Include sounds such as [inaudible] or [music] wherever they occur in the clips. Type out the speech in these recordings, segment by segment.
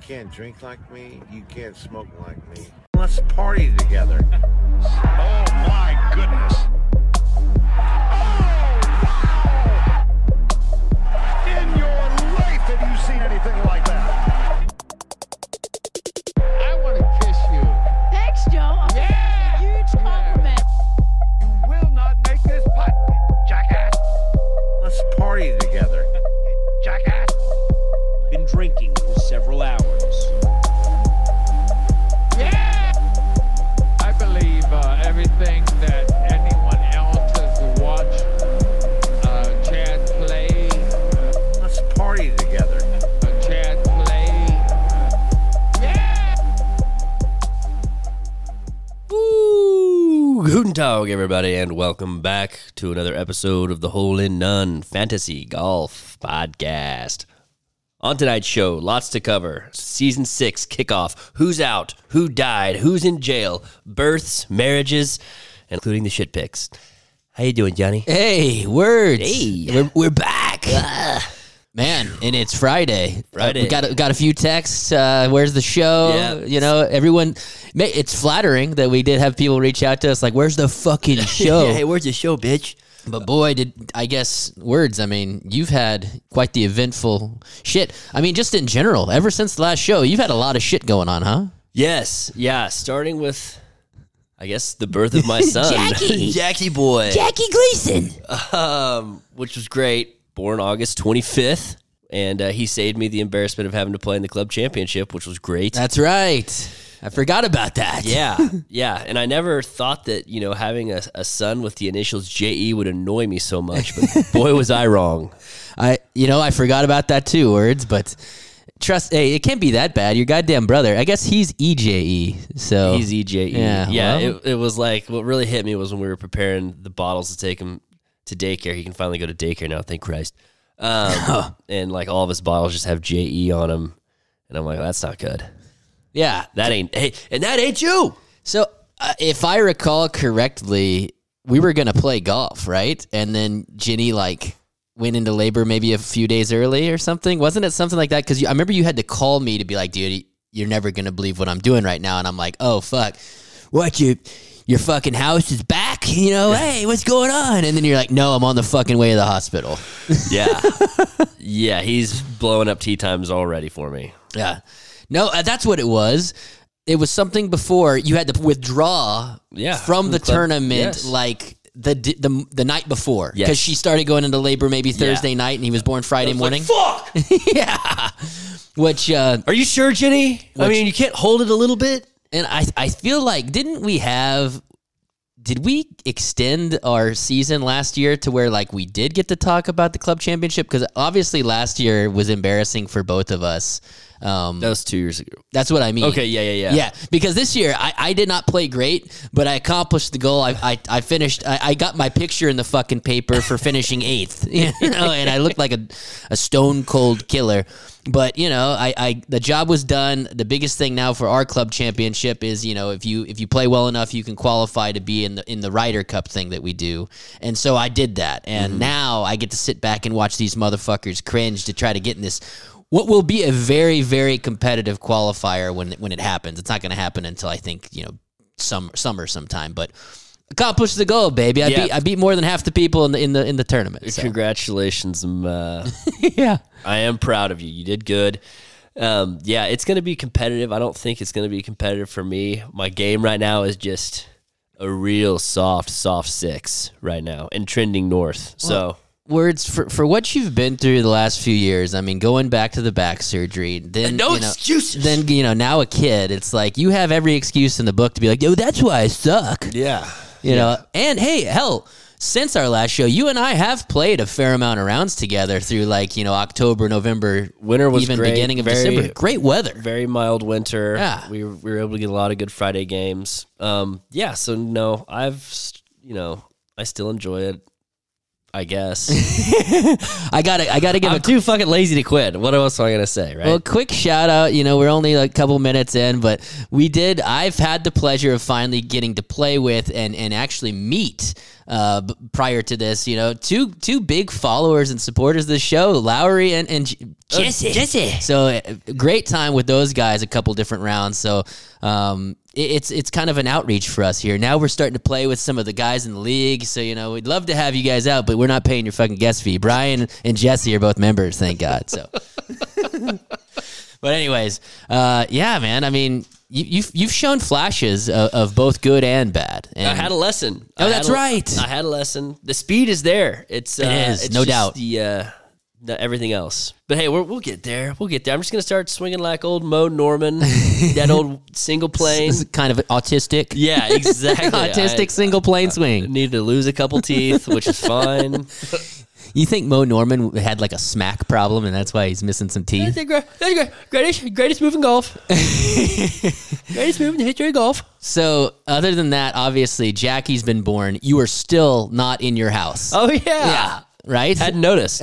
can't drink like me. You can't smoke like me. Let's party together. Oh my goodness. Oh wow! In your life have you seen anything like that? I want to kiss you. Thanks, Joe. Yeah. Huge compliment. You will not make this putt, jackass, Let's party together. jackass. been drinking for several hours. Yeah. I believe uh, everything that anyone else has watched uh, Chad play, Let's party together. uh, Chad play. Yeah. Woo! Guten Tag, everybody, and welcome back to another episode of the Hole in None Fantasy Golf Podcast. On tonight's show, lots to cover. Season six kickoff. Who's out? Who died? Who's in jail? Births, marriages, and including the shit picks. How you doing, Johnny? Hey, words. We're, [laughs] we're back. Man, and it's Friday. Friday. Uh, we got a, got a few texts. Uh, where's the show? Yeah. You know, everyone. ma- It's flattering that we did have people reach out to us like, "Where's the [laughs] fucking show?" hey, where's the show, bitch? But boy, did I guess words. I mean, you've had quite the eventful shit. I mean, just in general, ever since the last show, you've had a lot of shit going on, huh? Yes, yeah. Starting with, I guess, the birth of my [laughs] son, Jackie, Jackie boy, Jackie Gleason, um, which was great. Born August twenty fifth, and uh, he saved me the embarrassment of having to play in the club championship, which was great. That's right. I forgot about [laughs] that. yeah, yeah. And I never thought that you know having a, a son with the initials J E would annoy me so much, but [laughs] boy was I wrong. I you know I forgot about that too words, but trust hey, it can't be that bad. Your goddamn brother. I guess he's EJE. So He's E EJE. Yeah, Oh. yeah well. it, it was like what really hit me was when we were preparing the bottles to take him to daycare. He can finally go to daycare now. Thank Christ. [laughs] Um, and like all of his bottles just have JE on them, and I'm like, that's not good. yeah. That ain't hey, and that ain't you. So uh, if I recall correctly, we were gonna play golf, right? And then Ginny like went into labor maybe a few days early or something. Wasn't it something like that? Because I remember you had to call me to be like, dude, you're never gonna believe what I'm doing right now, and I'm like, oh fuck, what you. Your fucking house is back, you know. Hey, what's going on? And then you're like, "No, I'm on the fucking way to the hospital." Yeah, [laughs] yeah. He's blowing up tea times already for me. Yeah. No, uh, that's what it was. It was something before you had to withdraw Yeah, from from the the club. tournament Yes. like the d- the the night before because Yes. she started going into labor maybe Thursday night and he was born Friday [laughs] morning. Fuck. yeah. Which uh Are you sure, Jenny? I Which- mean, you can't hold it a little bit. and I I feel like didn't we have did we extend our season last year to where like we did get to talk about the club championship because obviously last year was embarrassing for both of us. Um, That was two years ago. that's what I mean. Okay. Yeah. Yeah. Yeah. Yeah, because this year I, I did not play great, but I accomplished the goal. I, I, I finished. I, I got my picture in the fucking paper for finishing eighth. [laughs] You know, and I looked like a, a stone cold killer. But you know, I, I the job was done. The biggest thing now for our club championship is you know if you if you play well enough, you can qualify to be in the in the Ryder Cup thing that we do. And so I did that, and now I get to sit back and watch these motherfuckers cringe to try to get in this what will be a very very competitive qualifier when when it happens. It's not going to happen until I think you know some summer sometime, but accomplish the goal, baby. I Yeah. beat I beat more than half the people in the in the in the tournament. so. Congratulations, um, [laughs] uh, [laughs] yeah, I am proud of you. You did good. Um, yeah, it's going to be competitive. I don't think it's going to be competitive for me. My game right now is just a real soft, soft six right now and trending north. So, words for for what you've been through the last few years. I mean, going back to the back surgery, then no you know, excuses. Then you know now a kid. It's like you have every excuse in the book to be like, yo, that's why I suck. yeah. You know, and hey, hell, since our last show, you and I have played a fair amount of rounds together through like, you know, October, November, Winter was even great, beginning of very- December. Great [laughs] weather. Very mild winter. Yeah. We, were- we were able to get a lot of good Friday games. Um, yeah. So, no, I've, s- you know, I still enjoy it. I [laughs] guess. I gotta I gotta give a I'm too fucking lazy to quit. What else am I gonna say, right? Well, quick shout out. You know, we're only a couple minutes in, but we did. I've had the pleasure of finally getting to play with and and actually meet. Uh, b- prior to this, you know, two two big followers and supporters of the show, Lowry and and J- Jesse. Jesse. So uh, great time with those guys. A couple different rounds. So um, it, it's it's kind of an outreach for us here. Now we're starting to play with some of the guys in the league. So you know, we'd love to have you guys out, but we're not paying your fucking guest fee. Brian and Jesse are both members. Thank God. So. But anyways, uh, yeah, man. I mean, you, you've you've shown flashes of, of both good and bad. And I had a lesson. Oh, I that's had a- right. I had a lesson. The speed is there. It's uh, is, it's no just doubt. The, uh, the everything else. But hey, we're, we'll get there. We'll get there. I'm just gonna start swinging like old Mo [laughs] Norman, that old single plane. [laughs] this is kind of an autistic, Yeah, [laughs] uh, exactly. [laughs] autistic single plane I swing. needed to lose a couple teeth, which is [laughs] fine. You think Mo Norman had like a smack problem, and that's why he's missing some teeth? greatest, greatest move in [laughs] golf. greatest move in the history of golf. So, other than that, obviously Jackie's been born. You are still not in your house. Oh yeah. yeah. Right? [laughs] Hadn't noticed.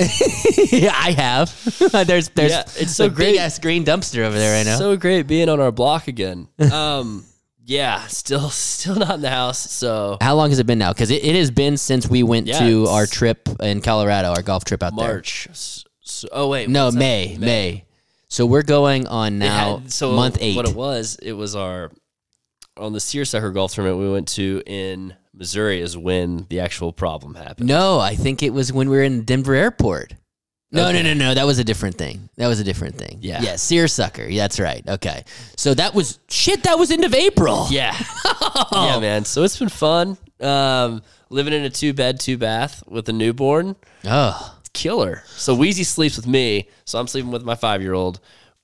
yeah, I have. [laughs] there's there's Yeah, it's so great. big ass green dumpster over there right now. So great being on our block [laughs] again. Um, yeah, still, still not in the house. So How long has it been now? Because it, it has been since we went Yeah, to it's- our trip in Colorado, our golf trip out there. March. S- So, oh wait, No, what's that? May, May. So we're going on now Yeah, so month eight. What it was, it was our on the Searsucker golf tournament we went to in Missouri is when the actual problem happened. no, I think it was when we were in Denver airport. No, no, no, no. That was a different thing. That was a different thing. Yeah. Yeah, seersucker. Yeah, that's right. Okay. So that was shit, that was end of April. Yeah. [laughs] Yeah, man. So it's been fun. Um, living in a two bed, two bath with a newborn. Oh. killer. So Wheezy sleeps with me, so I'm sleeping with my five year old.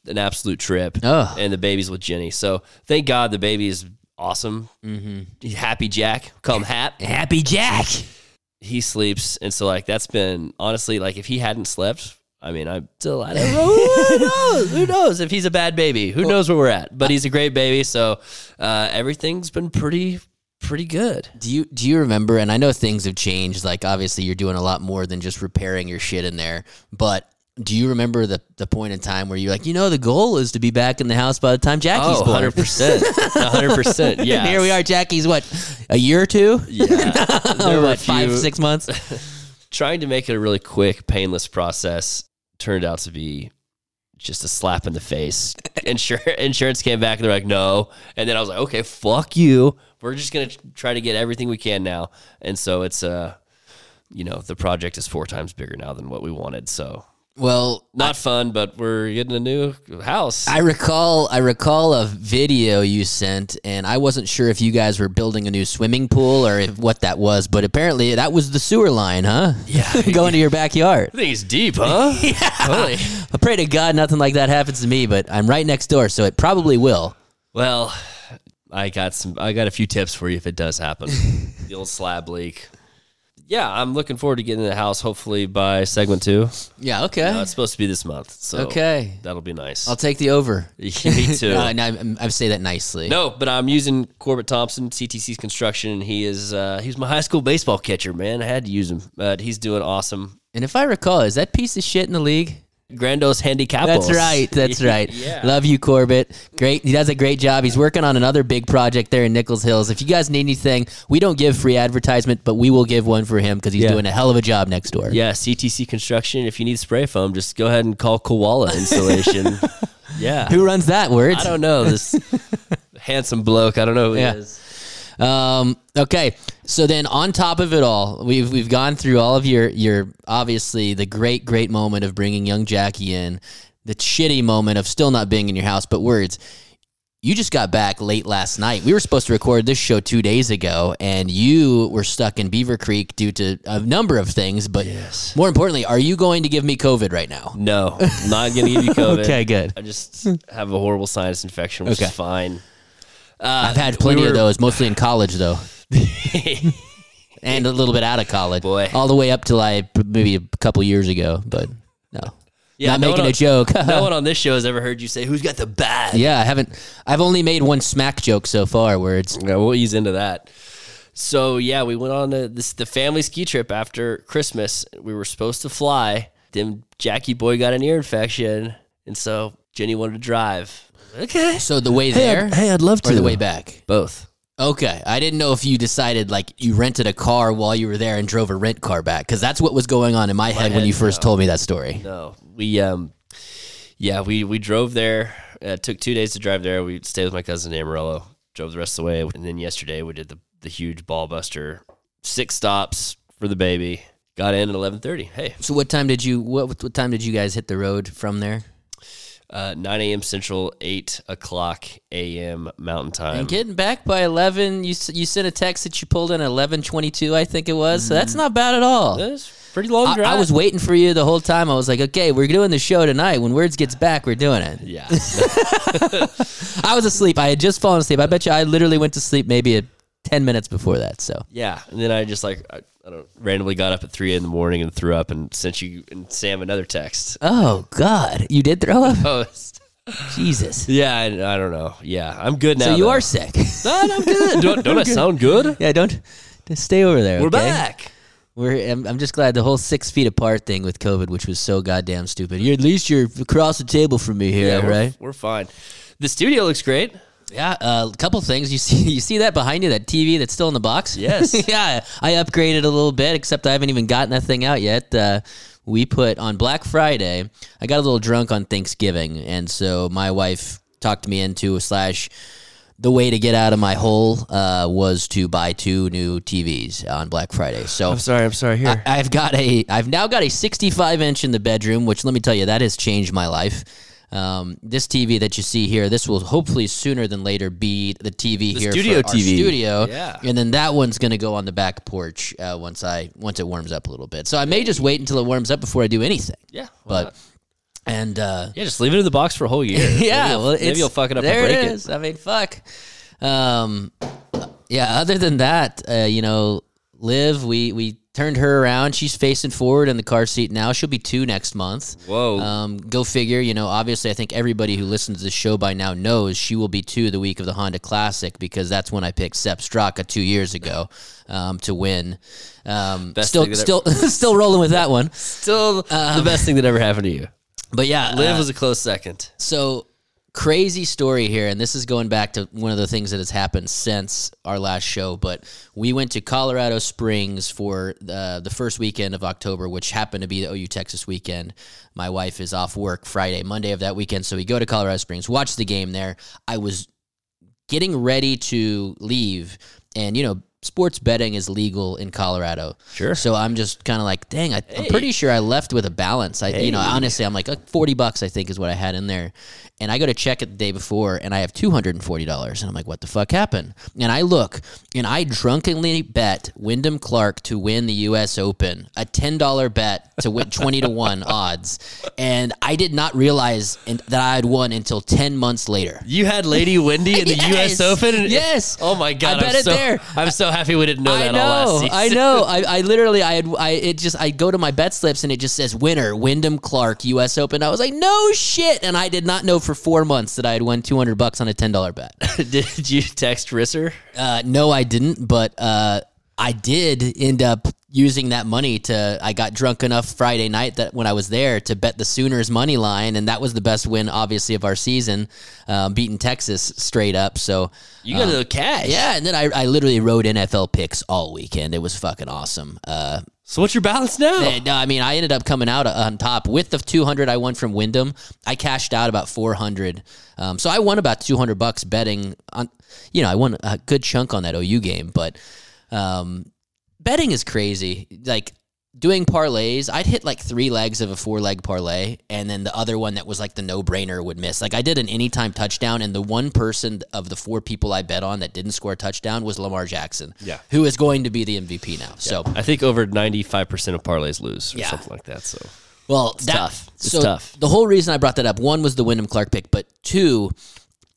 An absolute trip. Ugh. And the baby's with Jenny. So thank God the baby is awesome. Mm-hmm. Happy Jack, come hap. Happy [laughs] Jack. He sleeps, and so like that's been honestly like if he hadn't slept. I mean, I'm still. I don't know. Who knows? Who knows if he's a bad baby? Who knows where we're at? But he's a great baby, so uh, everything's been pretty, pretty good. Do you do you remember? And I know things have changed. Like obviously, you're doing a lot more than just repairing your shit in there. But do you remember the the point in time where you're like, you know, the goal is to be back in the house by the time Jackie's Oh, born. 100 percent, hundred percent. Yeah. [laughs] And here we are. Jackie's what a year or two. Yeah. There [laughs] Or were what, a five few- six months. trying to make it a really quick, painless process turned out to be just a slap in the face. Insur- insurance came back and they're like, no. And then I was like, okay, fuck you. We're just gonna try to get everything we can now. And so it's uh, you know, the project is four times bigger now than what we wanted. So Well, not fun, but we're getting a new house. I recall I recall a video you sent, and I wasn't sure if you guys were building a new swimming pool or if, what that was, but apparently that was the sewer line, huh? Yeah, [laughs] going to your backyard. Thing's deep, huh? Holy. I pray to God nothing like that happens to me, but I'm right next door, so it probably will. Well, I got some. I got a few tips for you if it does [laughs] happen. the old slab leak. Yeah, I'm looking forward to getting in the house. Hopefully by segment two. Yeah, okay. Uh, it's supposed to be this month, so okay. that'll be nice. [laughs] [laughs] I'll take the over. Me [laughs] too. No, no, I, I say that nicely. No, but I'm using Corbett Thompson, CTC's construction. and He is uh, he was my high school baseball catcher, man. I had to use him, but he's doing awesome. And if I recall, is that piece of shit in the league? Grandos handicap. That's right. [laughs] That's right. Love you, Corbett. Great. He does a great job. He's working on another big project there in Nichols Hills. If you guys need anything, we don't give free advertisement, but we will give one for him because he's Yeah. doing a hell of a job next door. Yeah, CTC construction. If you need spray foam, just go ahead and call Koala [laughs] Insulation. yeah. Who runs that? Words. I don't know [laughs] this handsome bloke. I don't know who Yeah. he is. Um, okay, so then on top of it all, we've we've gone through all of your your obviously the great great moment of bringing young Jackie in, the shitty moment of still not being in your house, but words. You just got back late last night. We were supposed to record this show two days ago, and you were stuck in Beaver Creek due to a number of things. But more importantly, are you going to give me COVID right now? No, I'm not gonna give you COVID. good. I just have a horrible sinus infection, which Okay. is fine. I've had Uh, plenty we of were- those, mostly in [laughs] college though, and a little bit out of college, Boy. all the way up till I maybe a couple years ago. But no, Yeah, not no making one a on- joke. [laughs] no [laughs] one on this show has ever heard you say who's got the bad. yeah, I haven't. I've only made one smack joke so far. Words. Yeah, we'll ease into that. So yeah, we went on a, this the family ski trip after Christmas. We were supposed to fly. Then Jackie boy got an ear infection, and so Jenny wanted to drive. Okay, So the way Hey, there I'd- hey, I'd love or to. the way back. both. Okay, I didn't know if you decided like you rented a car while you were there and drove a rent car back because that's what was going on in my, head, when head, you first told me that story. No, we um, yeah, we we drove there. Uh, it took two days to drive there. We stayed with my cousin in Amarillo. Drove the rest of the way, and then yesterday we did the the huge ball buster. Six stops for the baby. Got in at eleven thirty. Hey, So what time did you what what time did you guys hit the road from there? uh, nine a.m. Central, eight o'clock a.m. Mountain Time. And getting back by eleven, you s- you sent a text that you pulled in eleven twenty two, I think it was. So that's not bad at all. That's pretty long I, Mm-hmm. drive. I was waiting for you the whole time. I was like, okay, we're doing the show tonight. When Words gets back, we're doing it. yeah. [laughs] I was asleep. I had just fallen asleep. I bet you I literally went to sleep maybe at ten minutes before that. So Yeah, and then I just like I, I don't randomly got up at three in the morning and threw up and sent you and Sam another text. [laughs] oh god, you did throw up. Oh, Jesus. yeah, I, I don't know. Yeah, I'm good now. so you though. are sick. Son, I'm good. don't don't I sound good? [laughs] yeah, don't. Just stay over there. We're okay? back. We're, I'm, I'm just glad the whole six feet apart thing with COVID, which was so goddamn stupid. You're at least you're across the table from me here, we're, right? We're fine. The studio looks great. Yeah. uh, A couple things you [laughs] see, you see that behind you, that TV that's still in the box. Yes. [laughs] yeah. I upgraded a little bit, except I haven't even gotten that thing out yet. Uh, we put on Black Friday. I got a little drunk on Thanksgiving, and so my wife talked me into slash. The way to get out of my hole uh, was to buy two new TVs on Black Friday. So sorry. I'm sorry. Here. I, [laughs] I've got a I've now got a 65 inch in the bedroom, which let me tell you that has changed my life. Um, this TV that you see here, this will hopefully sooner than later be the TV here studio for our TV. studio, Yeah. and then that one's going to go on the back porch uh, once I once it warms up a little bit. So I may just wait until it warms up before I do anything. yeah. why But not? and uh, yeah, just leave it in the box for a whole [laughs] year. yeah, Maybe you'll, well, maybe it's- you'll fuck it up There and break it is. I mean, fuck. Um, yeah. Other than that, uh, you know, Liv, we we turned her around. She's facing forward in the car seat now. She'll be two next month. Whoa. Um, go figure. You know, obviously, I think everybody who listens to the show by now knows she will be two the week of the Honda Classic because that's when I picked Sepp Straka two years ago um, to win. Um, Best still, thing that still, [laughs] still rolling with that one. [laughs] Um, Still uh, the [laughs] best thing that ever happened to you. But yeah, Liv uh, was a close second. so crazy story here and this is going back to one of the things that has happened since our last show but we went to colorado springs for uh, the, the first weekend of october which happened to be the ou texas weekend my wife is off work friday monday of that weekend so we go to colorado springs watch the game there i was getting ready to leave and you know sports betting is legal in colorado Sure. so i'm just kind of like dang I, i'm pretty sure i left with a balance i you know honestly i'm like uh, 40 bucks i think is what i had in there and i go to check it the day before and i have $240 and i'm like what the fuck happened and i look and i drunkenly bet wyndham clark to win the us open a $10 bet to win 20 to 1 [laughs] odds and i did not realize in, that i had won until 10 months later You had Lady Wendy [laughs] in the Yes. U.S. Open. and- Yes. Oh my God! I bet am it so, [laughs] there. I'm so happy we didn't know I that know, all last season. I know. I, I literally, I had, I, it just, I go to my bet slips and it just says winner, Wyndham Clark, U.S. Open. I was like, no shit, and I did not know for four months that I had won two hundred bucks on a ten dollar bet. [laughs] [laughs] Did you text Risser? Uh, no, I didn't, but uh, I did end up using that money to. I got drunk enough Friday night that when I was there to bet the Sooners money line, and that was the best win, obviously, of our season, um, beating Texas straight up. So You got a little cash. Uh, yeah, and then I, I literally wrote NFL picks all weekend. It was fucking awesome. Uh, So what's your balance now? eh, no, I mean, I ended up coming out on top with the 200 I won from Wyndham. I cashed out about 400. Um, so I won about 200 bucks betting on, you know, I won a good chunk on that OU game, but um, betting is crazy. Like doing parlays, I'd hit like three legs of a four leg parlay, and then the other one that was like the no brainer would miss. Like I did an anytime touchdown, and the one person of the four people I bet on that didn't score a touchdown was Lamar Jackson, Yeah. who is going to be the MVP now. So I think over 95% of parlays lose or Yeah. something like that. So Well, that, tough. It's so tough. The whole reason I brought that up one was the Wyndham Clark pick, but two,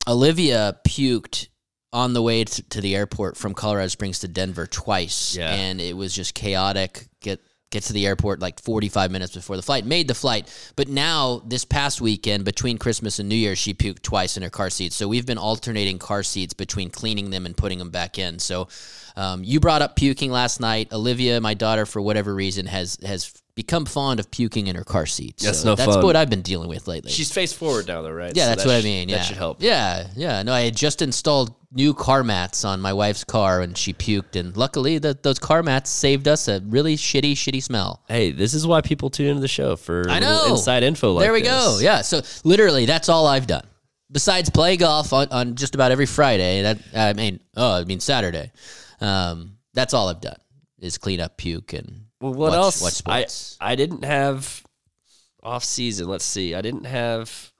Olivia puked on the way t- to the airport from Colorado Springs to Denver twice, Yeah. and it was just chaotic. Get gets to the airport like 45 minutes before the flight, made the flight. But now, this past weekend, between Christmas and New Year, she puked twice in her car seat. So we've been alternating car seats between cleaning them and putting them back in. So um, you brought up puking last night. Olivia, my daughter, for whatever reason, has has become fond of puking in her car seat. That's so no that's fun. what I've been dealing with lately. She's face forward now, though, right? Yeah, So that's that what I sh- mean. Yeah, That should help. Yeah, yeah. No, I had just installed new car mats on my wife's car, and she puked. And luckily, that those car mats saved us a really shitty, shitty smell. Hey, this is why people tune into the show for I little know. inside info like there we this. go. Yeah. So literally, that's all I've done. Besides play golf on, on just about every Friday. That I mean, oh, I mean Saturday. Um, that's all I've done is clean up puke and Well, what watch, else? Watch sports. I I didn't have off season. Let's see. I didn't have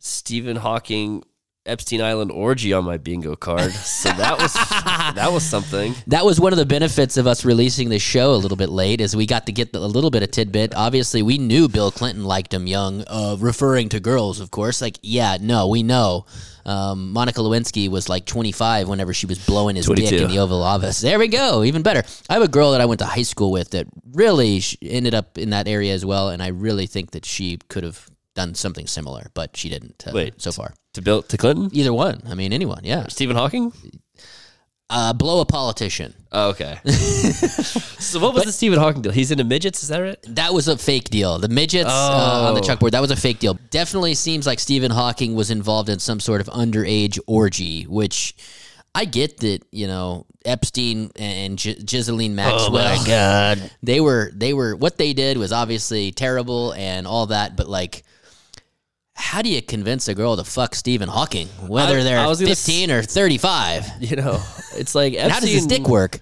Stephen Hawking Epstein Island orgy on my bingo card. So that [laughs] was that was something. That was one of the benefits of us releasing this show a little bit late, is we got to get the, a little bit of tidbit. Obviously, we knew Bill Clinton liked him young, uh, referring to girls, of course. Like, yeah, no, we know. Um, Monica Lewinsky was like 25 whenever she was blowing his dick 22. in the Oval Office. There we go, even better. I have a girl that I went to high school with that really sh- ended up in that area as well, and I really think that she could have done something similar, but she didn't uh, Wait. so far. To Bill to Clinton? Either one. I mean, anyone. Yeah. Stephen Hawking? Uh, blow a politician. Oh, [laughs] okay. so what was the Stephen Hawking deal? He's into midgets, is that right? That was a fake deal. The midgets uh, on the Oh. chalkboard, that was a fake deal. Definitely seems like Stephen Hawking was involved in some sort of underage orgy, which I get that, you know, Epstein and G- Ghislaine Maxwell. Oh god. [laughs] They were, they were, what they did was obviously terrible and all that, but like, how do you convince a girl to fuck Stephen Hawking, whether I- they're I was gonna s- 15 or 35? You know, it's like Epstein, And how does his dick work?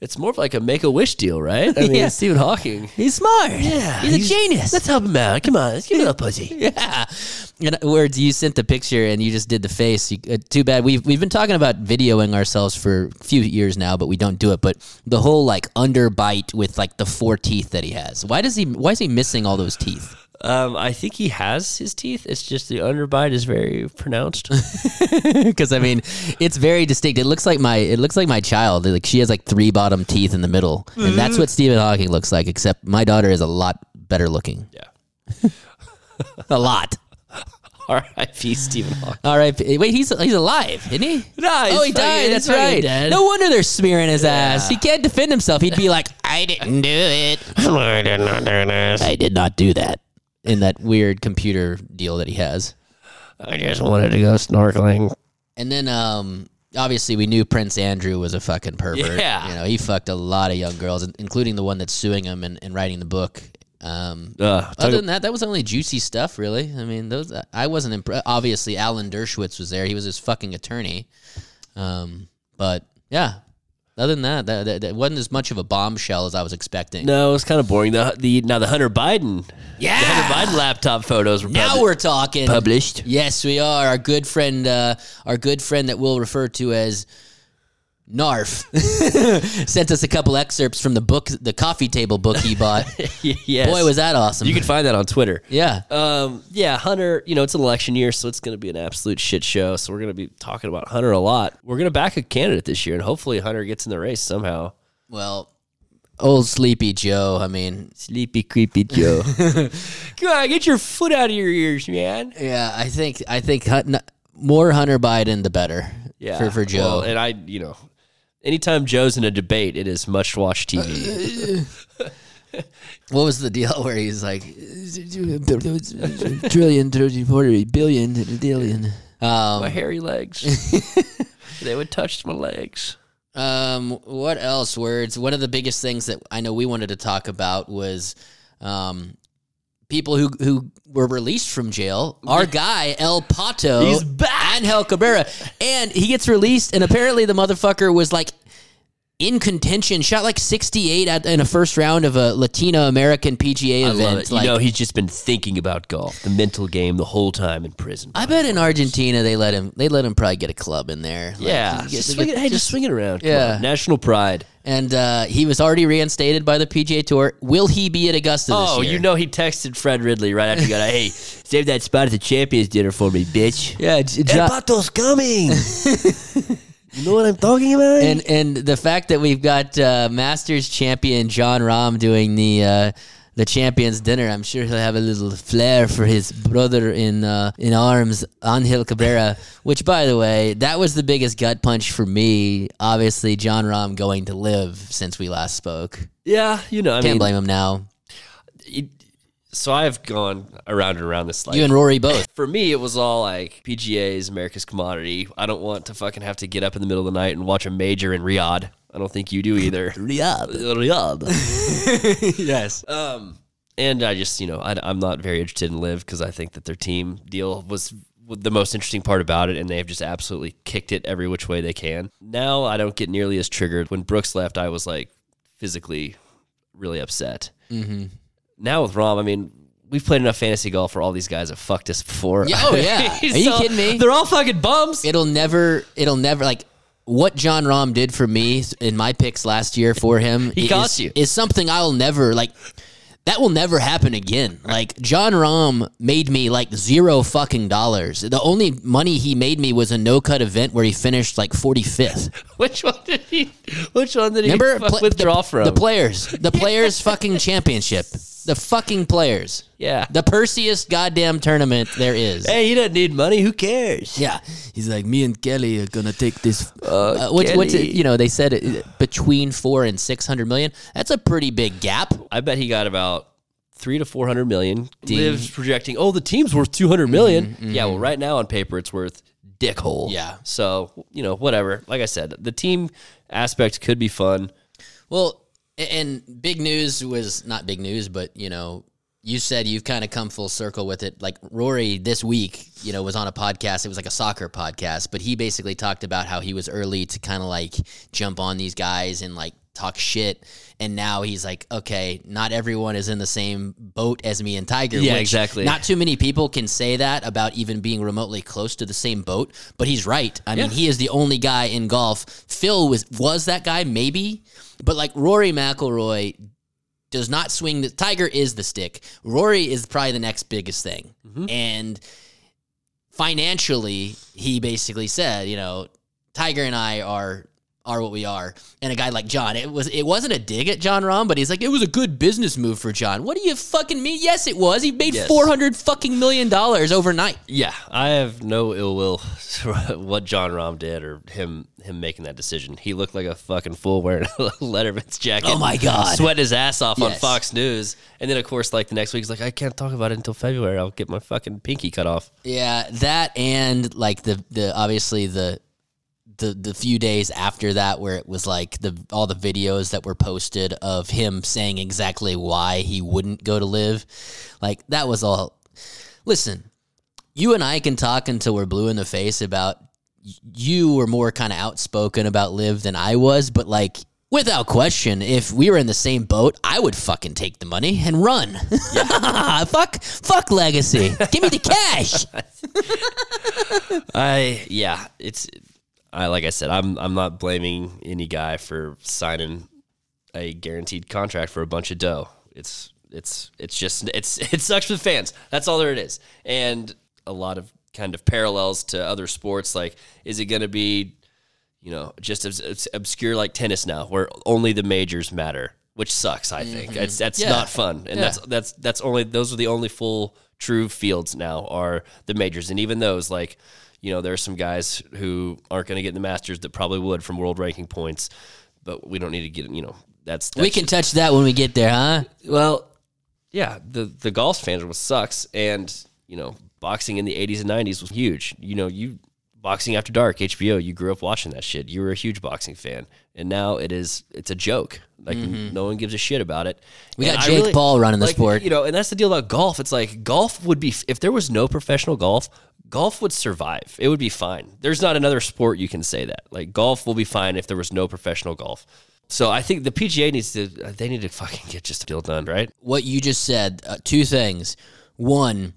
It's more of like a make a wish deal, right? I mean, Yeah. Stephen Hawking. He's smart. he's a genius. Let's help him out. Come on, let's give him [laughs] a pussy. Yeah. And words you sent the picture and you just did the face. You, uh, too bad we've we've been talking about videoing ourselves for a few years now, but we don't do it. But the whole like underbite with like the four teeth that he has. Why does he? Why is he missing all those teeth? [laughs] Um, I think he has his teeth. It's just the underbite is very [laughs] pronounced. Because I mean, it's very distinct. It looks like my it looks like my child. Like she has like three bottom teeth in the middle, Mm-hmm. and that's what Stephen Hawking looks like. Except my daughter is a lot better looking. yeah. [laughs] A lot. R.I.P. Stephen Hawking. All right. Wait, he's he's alive, isn't he? No, he's oh, fucking- he died. he's That's fucking right. dead. No wonder they're smearing his ass. He can't defend himself. He'd be like, "I didn't do it. I did not do that." In that weird computer deal that he has, I just wanted to go snorkeling. and then um, obviously we knew Prince Andrew was a fucking pervert. Yeah. you know he fucked a lot of young girls, in- including the one that's suing him and, and writing the book. Um, Uh, [laughs] other than that, that was only juicy stuff, really. I mean, those I wasn't impressed. Obviously, Alan Dershowitz was there; he was his fucking attorney. Um, but yeah, other than that, that, that, that wasn't as much of a bombshell as I was expecting. no, it was kind of boring. The the now the Hunter Biden, Yeah! the Hunter Biden laptop photos were Now publi- we're talking. [laughs] published. Yes, we are. Our good friend, uh, our good friend that we'll refer to as Narf, [laughs] sent us a couple excerpts from the book, the coffee table [laughs] book he bought. yes, Boy, was that awesome! you can find that on Twitter. yeah. Um, yeah, Hunter, you know, it's an election year, so it's going to be an absolute shit show. So we're going to be talking about Hunter a lot. We're going to back a candidate this year, and hopefully Hunter gets in the race somehow. Well, old Sleepy Joe. I mean, Sleepy, creepy [laughs] Joe. Come on, get your foot out of your ears, man. Yeah, I think I think Hun- more Hunter Biden the better. Yeah. for for Joe. Well, and I, you know, anytime Joe's in a debate, it is much watch Uh, TV. what was the deal where he's like trillion, trillion, forty billion, billion? my Um, hairy [laughs] legs. they would touch my legs. um, what else? Words. One of the biggest things that I know we wanted to talk about was. Um, People who, who were released from jail, [laughs] our guy El Pato, He's back! Angel Cabrera, and he gets released, and apparently the motherfucker was like in contention, shot like 68 at, in a first round of a Latino American PGA I event. love it. Like, you know, he's just been thinking about golf, the mental game, the whole time in prison. I bet in Argentina they let him they let him probably get a club in there. Like, yeah. he gets- Just swing it, hey, just, swing it around. Come Yeah. on. National pride. and uh, he was already reinstated by the PGA Tour. Will he be at Augusta this Oh, year? you know he texted Fred Ridley right after he got out. [laughs] Hey, save that spot at the champions dinner for me, bitch. Yeah, J- El [laughs] Jo- Pato's coming. You know what I'm talking about? and and the fact that we've got uh, Masters champion John Rahm doing the uh, the champions dinner, I'm sure he'll have a little flair for his brother in uh, in arms, Angel Cabrera. Which, by the way, that was the biggest gut punch for me. Obviously, John Rahm going to live since we last spoke. yeah, you know, I Can't mean, blame him now. it- so I've gone around and around this. Like, you and [laughs] Rory both. for me, it was all like PGA is America's commodity. I don't want to fucking have to get up in the middle of the night and watch a major in Riyadh. I don't think you do [laughs] either. Riyadh. Riyadh. [laughs] yes. Um, and I just, you know, I, am not very interested in live because I think that their team deal was the most interesting part about it, and they've just absolutely kicked it every which way they can. Now I don't get nearly as triggered. When Brooks left, I was like physically really upset. Mm-hmm. Now with Rom, I mean. We've played enough fantasy golf where all these guys have fucked us before. Yeah, [laughs] oh, yeah. Are you So, kidding me? They're all fucking bums. it'll never it'll never like what John Rahm did for me in my picks last year for him He is, got you. is something I'll never like that will never happen again. Like John Rahm made me like zero fucking dollars. The only money he made me was a no cut event where he finished like forty fifth. [laughs] Which one did he? Which one did [laughs] Remember he fuck Pla- withdraw the, from? the [laughs] players, the players fucking championship, the fucking players, yeah. the Perseus goddamn tournament there is. hey, he doesn't need money. Who cares? Yeah, he's like, me and Kelly are gonna take this. [laughs] Uh, what's, what's it? Kelly. You know, they said it, uh, between four and six hundred million. That's a pretty big gap. I bet he got about three to four hundred million. Lives projecting, oh, the team's worth two hundred million. Yeah, well, right now on paper it's worth dickhole. Yeah. So you know, whatever. Like I said, the team aspect could be fun. Well, a- and big news was not big news, but you know, you said you've kind of come full circle with it. Like Rory this week, you know, was on a podcast. It was like a soccer podcast, but he basically talked about how he was early to kind of like jump on these guys and like talk shit. And now he's like, okay, not everyone is in the same boat as me and Tiger. Yeah, which exactly. Not too many people can say that about even being remotely close to the same boat, but he's right. I mean, he is the only guy in golf. Phil was was that guy maybe, but like Rory McIlroy does not swing the Tiger is the stick. Rory is probably the next biggest thing. And financially, he basically said, you know, Tiger and I are are what we are. And a guy like John, it was it wasn't a dig at John Rahm, but he's like, it was a good business move for John. What do you fucking mean? Yes, it was. He made Yes. four hundred fucking million dollars overnight. Yeah, I have no ill will [laughs] for what John Rom did or him him making that decision. He looked like a fucking fool wearing [laughs] a Letterman's jacket. Oh my God. Sweat his ass off on Yes. Fox News, and then of course, like the next week, he's like, I can't talk about it until February. I'll get my fucking pinky cut off. Yeah, that and like the the obviously the the the few days after that where it was like the all the videos that were posted of him saying exactly why he wouldn't go to live. Like that was all Listen, you and I can talk until we're blue in the face about y- you were more kind of outspoken about live than I was, but like Without question, if we were in the same boat, I would fucking take the money and run. [laughs] fuck, fuck legacy. Give me the cash. I yeah, it's I like I said, I'm I'm not blaming any guy for signing a guaranteed contract for a bunch of dough. It's it's it's just it's [laughs] it sucks for the fans. That's all there it is. And a lot of kind of parallels to other sports like is it going to be you know, just obs- obs- obscure like tennis now, where only the majors matter, which sucks. I think it's, that's Yeah. not fun, and that's that's that's only those are the only full true fields now are the majors, and even those like, you know, there are some guys who aren't going to get in the Masters that probably would from world ranking points, but we don't need to get you know that's, that's we can touch that when we get there, huh? well, yeah, the the golf fandom was sucks, and you know, boxing in the '80s and '90s was huge. You know, you boxing after dark, HBO. You grew up watching that shit. You were a huge boxing fan, and now it is it's a joke. Like no one gives a shit about it. Mm-hmm. We And got I Jake Paul running the like, sport. you know, and that's the deal about golf. It's like golf would be if there was no professional golf. Golf would survive. It would be fine. There's not another sport you can say that. Like golf will be fine if there was no professional golf. So I think the PGA needs to. They need to fucking get just a deal done, right? What you just said, uh, two things. One,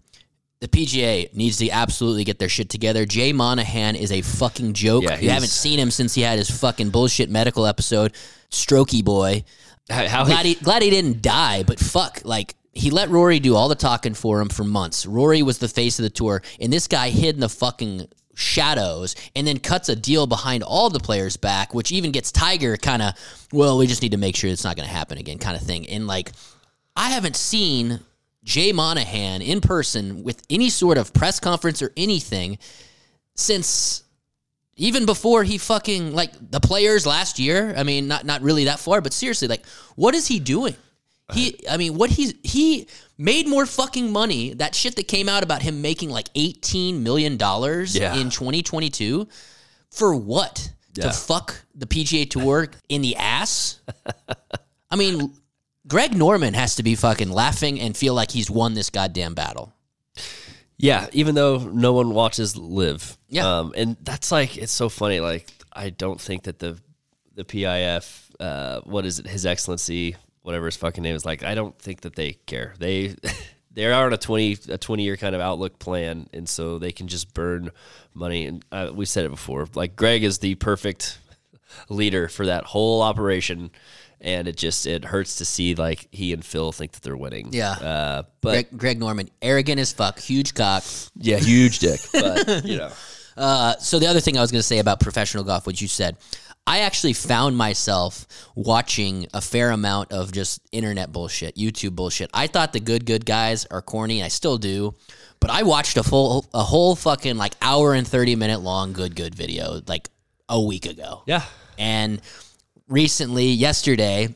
the PGA needs to absolutely get their shit together. Jay Monahan is a fucking joke. Yeah, you he's- haven't seen him since he had his fucking bullshit medical episode. Strokey boy. How, how Glad he, glad he didn't die, but fuck, like he let Rory do all the talking for him for months. Rory was the face of the tour, and this guy hid in the fucking shadows and then cuts a deal behind all the players back, which even gets Tiger kind of, well, we just need to make sure it's not going to happen again kind of thing. And like, I haven't seen Jay Monahan in person with any sort of press conference or anything since even before he fucking like the players last year. I mean, not not really that far, but seriously, like, what is he doing? He, I mean, what he's he made more fucking money. That shit that came out about him making like eighteen million dollars Yeah. in twenty twenty two for what? Yeah. To fuck the PGA Tour in the ass? I mean, Greg Norman has to be fucking laughing and feel like he's won this goddamn battle. Yeah, even though no one watches live. Yeah. um, and that's like it's so funny. Like I don't think that the the PIF, uh, what is it, His Excellency, whatever his fucking name is, like I don't think that they care. They [laughs] they are on a twenty a twenty year kind of outlook plan, and so they can just burn money. And uh, we said it before. Like Greg is the perfect leader for that whole operation. And it just it hurts to see like he and Phil think that they're winning. Yeah. uh, but Greg, Greg Norman, arrogant as fuck, huge cock. yeah, huge dick. [laughs] But you know, so the other thing I was going to say about professional golf, what you said, I actually found myself watching a fair amount of just internet bullshit, YouTube bullshit. I thought the good good guys are corny, and I still do, but I watched a full a whole fucking like hour and thirty minute long good good video like a week ago. yeah. And recently, yesterday,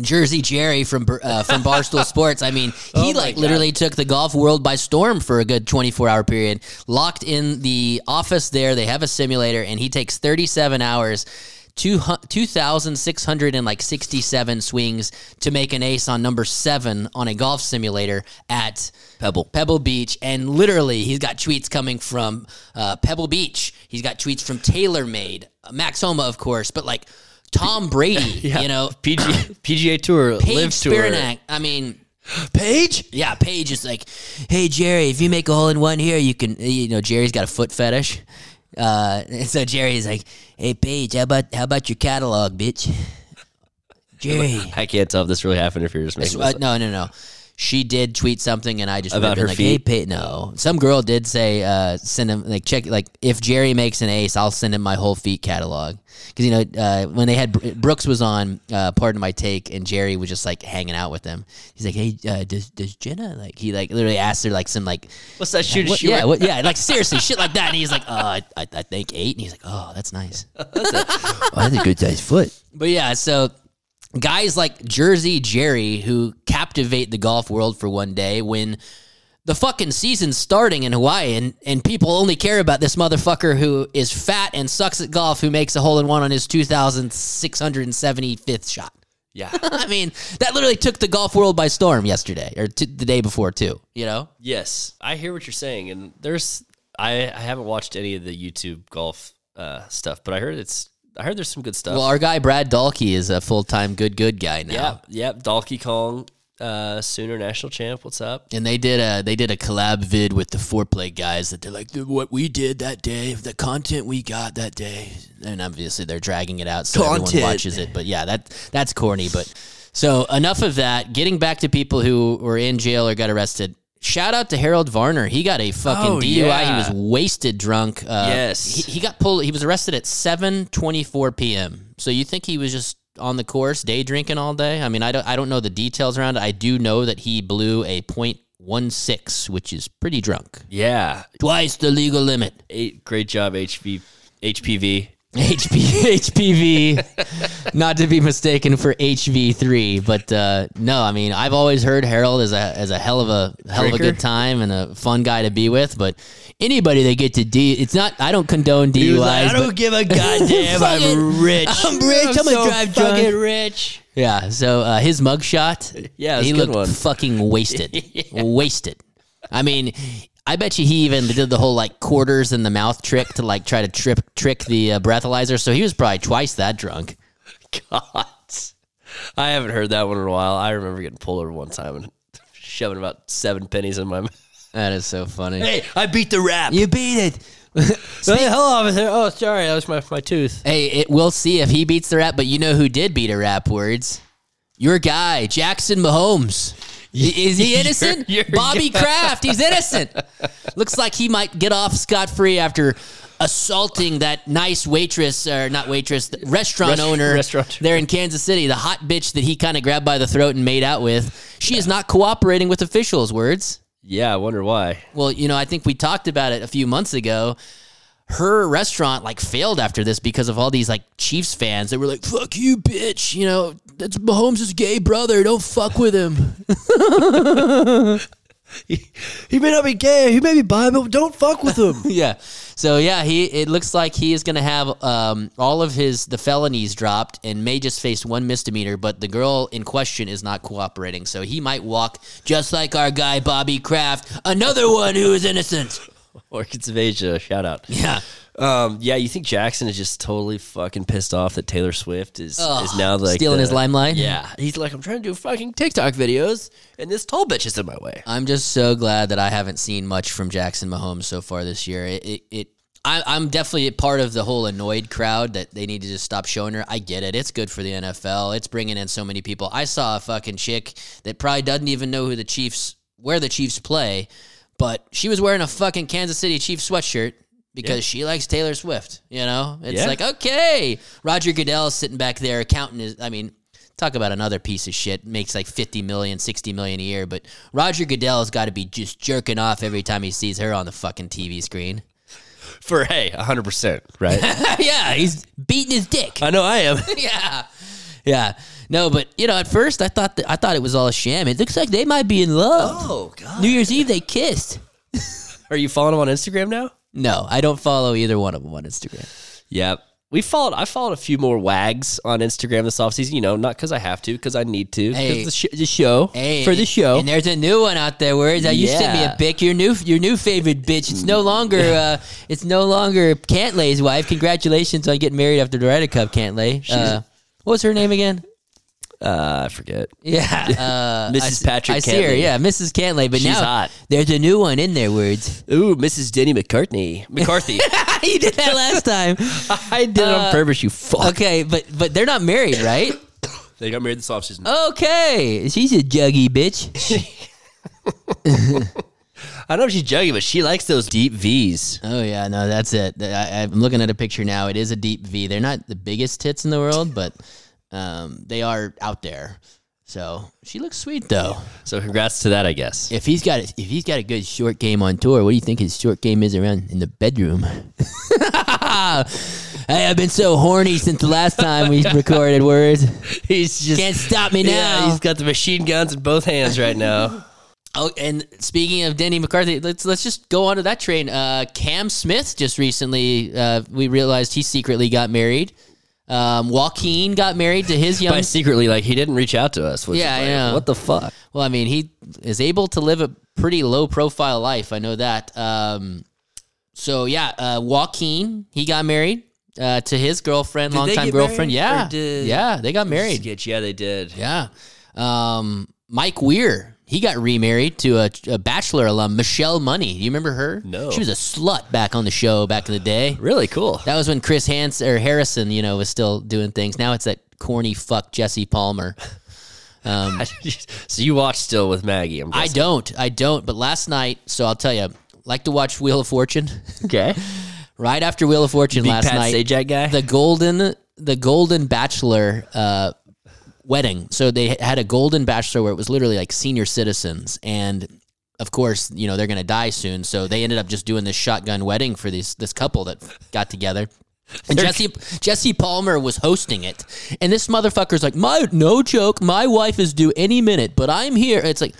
Jersey Jerry from Bar- uh, from Barstool Sports. I mean, he like literally took the golf world by storm for a good 24 hour period. Locked in the office there, they have a simulator, and he takes 37 hours. 2,667 swings to make an ace on number seven on a golf simulator at Pebble Pebble Beach, and literally he's got tweets coming from uh, Pebble Beach. He's got tweets from TaylorMade, Max Homa, of course, but like Tom Brady, [laughs] you know, PGA, PGA Tour, Paige Live Tour. Spiranak. I mean, [gasps] Page? yeah, Paige is like, hey Jerry, if you make a hole in one here, you can. You know, Jerry's got a foot fetish, uh, [laughs] and so Jerry's like, hey Paige, how about how about your catalog, bitch? [laughs] Jerry, I can't tell if this really happened or if you're just making uh, this up. no, no, no. She did tweet something, and I just About about her her like, feet? Hey, Pate, no. Some girl did say, uh, send him like check like if Jerry makes an ace, I'll send him my whole feet catalog because you know uh, when they had Br- Brooks was on, uh, pardon my take, and Jerry was just like hanging out with them. He's like, Hey, uh, does does Jenna like he like literally asked her like some like What's that shoe? what, yeah what, yeah like seriously shit like that, and he's like, oh, I, I I think eight, and he's like, oh, that's nice. [laughs] that's a good size foot. But yeah, so guys like Jersey Jerry who captivate the golf world for one day when the fucking season's starting in Hawaii and, and people only care about this motherfucker who is fat and sucks at golf who makes a hole in one on his 2,675th shot. [laughs] Yeah. [laughs] I mean, that literally took the golf world by storm yesterday or t- the day before, too, you know? yes. I hear what you're saying. And there's, I, I haven't watched any of the YouTube golf uh, stuff, but I heard it's, I heard there's some good stuff. Well, our guy Brad Dahlke is a full time good, good guy now. yeah. Yep. Donkey Kong, uh, Sooner National Champ. What's up? and they did a they did a collab vid with the foreplay guys that they're like "The- what we did that day the content we got that day and obviously they're dragging it out so everyone watches it but yeah that that's corny but so enough of that getting back to people who were in jail or got arrested shout out to Harold Varner he got a fucking Oh, DUI yeah. he was wasted drunk uh, Yes. he, he got pulled he was arrested at 7:24 p.m. so you think he was just on the course day drinking all day i mean i don't i don't know the details around it i do know that he blew a .16 which is pretty drunk Yeah. twice the legal limit [laughs] Eight, great job, HV, HPV. HP, HPV, [laughs] not to be mistaken for HV3, but uh, no, I mean I've always heard Harold is a as a hell of a hell of a Drinker? good time and a fun guy to be with. But anybody that get to D, it's not I don't condone DUIs. but- give a [laughs] Fucking- rich. I'm rich. I'm, so gonna drive drunk. fucking rich. Yeah. So uh, his mugshot. Yeah, it's he a good looked one. fucking [laughs] wasted. Wasted. I mean, I bet you he even did the whole like quarters in the mouth trick to like try to trip trick the uh, breathalyzer. So he was probably twice that drunk. [laughs] God. I haven't heard that one in a while. I remember getting pulled over one time and [laughs] shoving about seven pennies in my mouth. That is so funny. Hey, I beat the rap. You beat [laughs] it. hey, hello, officer. Oh, sorry, that was my, my tooth. Hey, it, we'll see if he beats the rap. But you know who did beat a rap? Words. Your guy, Jackson Mahomes. [laughs] Is he innocent? your [laughs] Bobby Kraft, he's innocent. Looks like he might get off scot free after assaulting that nice waitress or not waitress th- restaurant Rest- owner restaurant. there in Kansas City, the hot bitch that he kind of grabbed by the throat and made out with. She is not cooperating with officials. Words. Yeah, I wonder why. Well, you know, I think we talked about it a few months ago. Her restaurant like failed after this because of all these like Chiefs fans that were like, "Fuck you, bitch!" You know, that's Mahomes' gay brother. Don't fuck with him. [laughs] [laughs] He may not be gay. He may be bi, but don't fuck with [laughs] him. yeah. So yeah, he it looks like he is going to have um, all of his the felonies dropped and may just face one misdemeanor, but the girl in question is not cooperating, so he might walk just like our guy Bobby Kraft, another one who is innocent. [laughs] Orchids of Asia, shout out. Yeah. Um, yeah, you think Jackson is just totally fucking pissed off that Taylor Swift is Ugh, is now like stealing the- his limelight. Yeah, he's like, I'm trying to do fucking TikTok videos, and this tall bitch is in my way. I'm just so glad that I haven't seen much from Jackson Mahomes so far this year. It, it, it I, I'm definitely a part of the whole annoyed crowd that they need to just stop showing her. I get it. It's good for the NFL. It's bringing in so many people. I saw a fucking chick that probably doesn't even know who the Chiefs, where the Chiefs play, but she was wearing a fucking Kansas City Chiefs sweatshirt because she likes Taylor Swift. You know, it's Yeah. like okay, Roger Goodell is sitting back there counting his. I mean, talk about another piece of shit makes like 50 million 60 million a year but roger goodell's got to be just jerking off every time he sees her on the fucking tv screen [laughs] For hey, 100 percent, right? yeah he's beating his [laughs] dick I know I am. [laughs] yeah yeah no but you know at first i thought that, i thought it was all a sham it looks like they might be in love God, new year's eve they kissed are you following him on Instagram now? no i don't follow either one of them on instagram Yep. We followed. I followed a few more wags on Instagram this offseason. You know, not because I have to, because I need to. 'cause Hey. the, sh- the show Hey, for the show. And there's a new one out there. Where is that? You sent me Yeah. a pic. Your new, your new favorite bitch. It's no longer, uh, it's no longer Cantlay's wife. Congratulations on getting married after the Ryder Cup, Cantlay. Uh, what was her name [laughs] again? uh, I forget. Yeah, [laughs] uh, Mrs. I s- Patrick I see her. Cantlay. Yeah, Mrs. Cantlay. But She's now hot. there's a new one in there. Words. [laughs] [laughs] Ooh, Mrs. Denny McCartney. McCarthy. you did that last [laughs] time. I did it on Uh, purpose. You fuck. Okay, but but they're not married, right? [laughs] They got married this offseason. Okay, she's a juggy bitch. [laughs] I don't know if she's juggy, but she likes those deep V's. Oh yeah, no, that's it. I, I'm looking at a picture now. It is a deep V. They're not the biggest tits in the world, [laughs] but um, they are out there. So she looks sweet though. So congrats to that, I guess. If he's got if he's got a good short game on tour, what do you think his short game is around in the bedroom? [laughs] hey, I've been so horny since the last time [laughs] we recorded words. [laughs] He's just Can't stop me now. Yeah, he's got the machine guns in both hands right now. Oh, and speaking of Denny McCarthy, let's let's just go onto that train. Uh, Cam Smith just recently, uh, we realized he secretly got married. Um, Joaquin got married to his young. [laughs] By secretly, like he didn't reach out to us. Which Yeah, is I like, know. What the fuck? well, I mean, he is able to live a pretty low profile life. I know that. Um, so yeah, uh, Joaquin he got married uh, to his girlfriend, Did they longtime get girlfriend. married, Yeah, or did- yeah, they got married. Sketch, yeah, they did. Yeah. Um, Mike Weir, he got remarried to a, a Bachelor alum, Michelle Money. You remember her? No. She was a slut back on the show back in the day. Really cool. That was when Chris Hans or Harrison, you know, was still doing things. Now it's that corny fuck Jesse Palmer. Um, [laughs] so you watch still with Maggie? I'm I guessing. don't, I don't. But last night, so I'll tell you, like to watch Wheel of Fortune. [laughs] [laughs] okay. right after Wheel of Fortune Big last Pat night, Sajak guy? the golden the golden bachelor uh, wedding. So they had a golden bachelor where it was literally like senior citizens and of course, you know, they're going to die soon, so they ended up just doing this shotgun wedding for this this couple that got together. And Jesse Jesse Palmer was hosting it. And this motherfucker's like, "My no joke, my wife is due any minute, but I'm here." It's like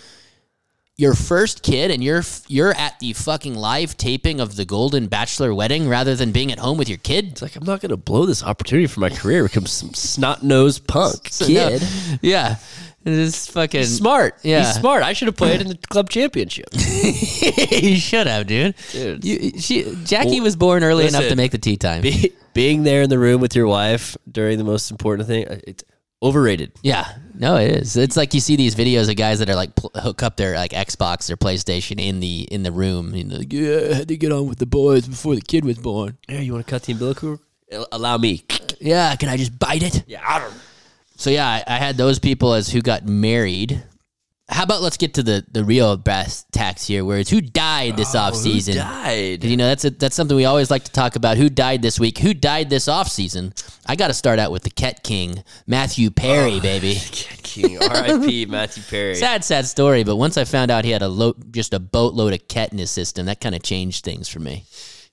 your first kid and you're f- you're at the fucking live taping of the Golden Bachelor wedding rather than being at home with your kid. It's like I'm not gonna blow this opportunity for my career. to Become some snot nosed [laughs] punk kid. No. yeah. This fucking He's [laughs] smart. Yeah. He's smart. I should have played in [laughs] the club championship. you should have, dude. Dude. You, she, Jackie was born early enough to Listen. make the tea time. Be- Being there in the room with your wife during the most important thing, uh, it's overrated. Yeah, no, it is. It's like you see these videos of guys that are like pl- hook up their like Xbox or PlayStation in the in the room. And they're like, yeah, I had to get on with the boys before the kid was born. Here, you want to cut the umbilical? Al- Allow me. Yeah, can I just bite it? Yeah, I don't. So yeah, I, I had those people as who got married. how about let's get to the the real brass tacks here, where it's Oh, who died this offseason. Who died? 'Cause, You know, that's a, that's something we always like to talk about. Who died this week? Who died this offseason? I got to start out with the Ket King, Matthew Perry, baby. Cat King, R.I.P. Matthew Oh, [laughs] Perry. Sad, sad story. But once I found out he had a load, just a boatload of Ket in his system, that kind of changed things for me.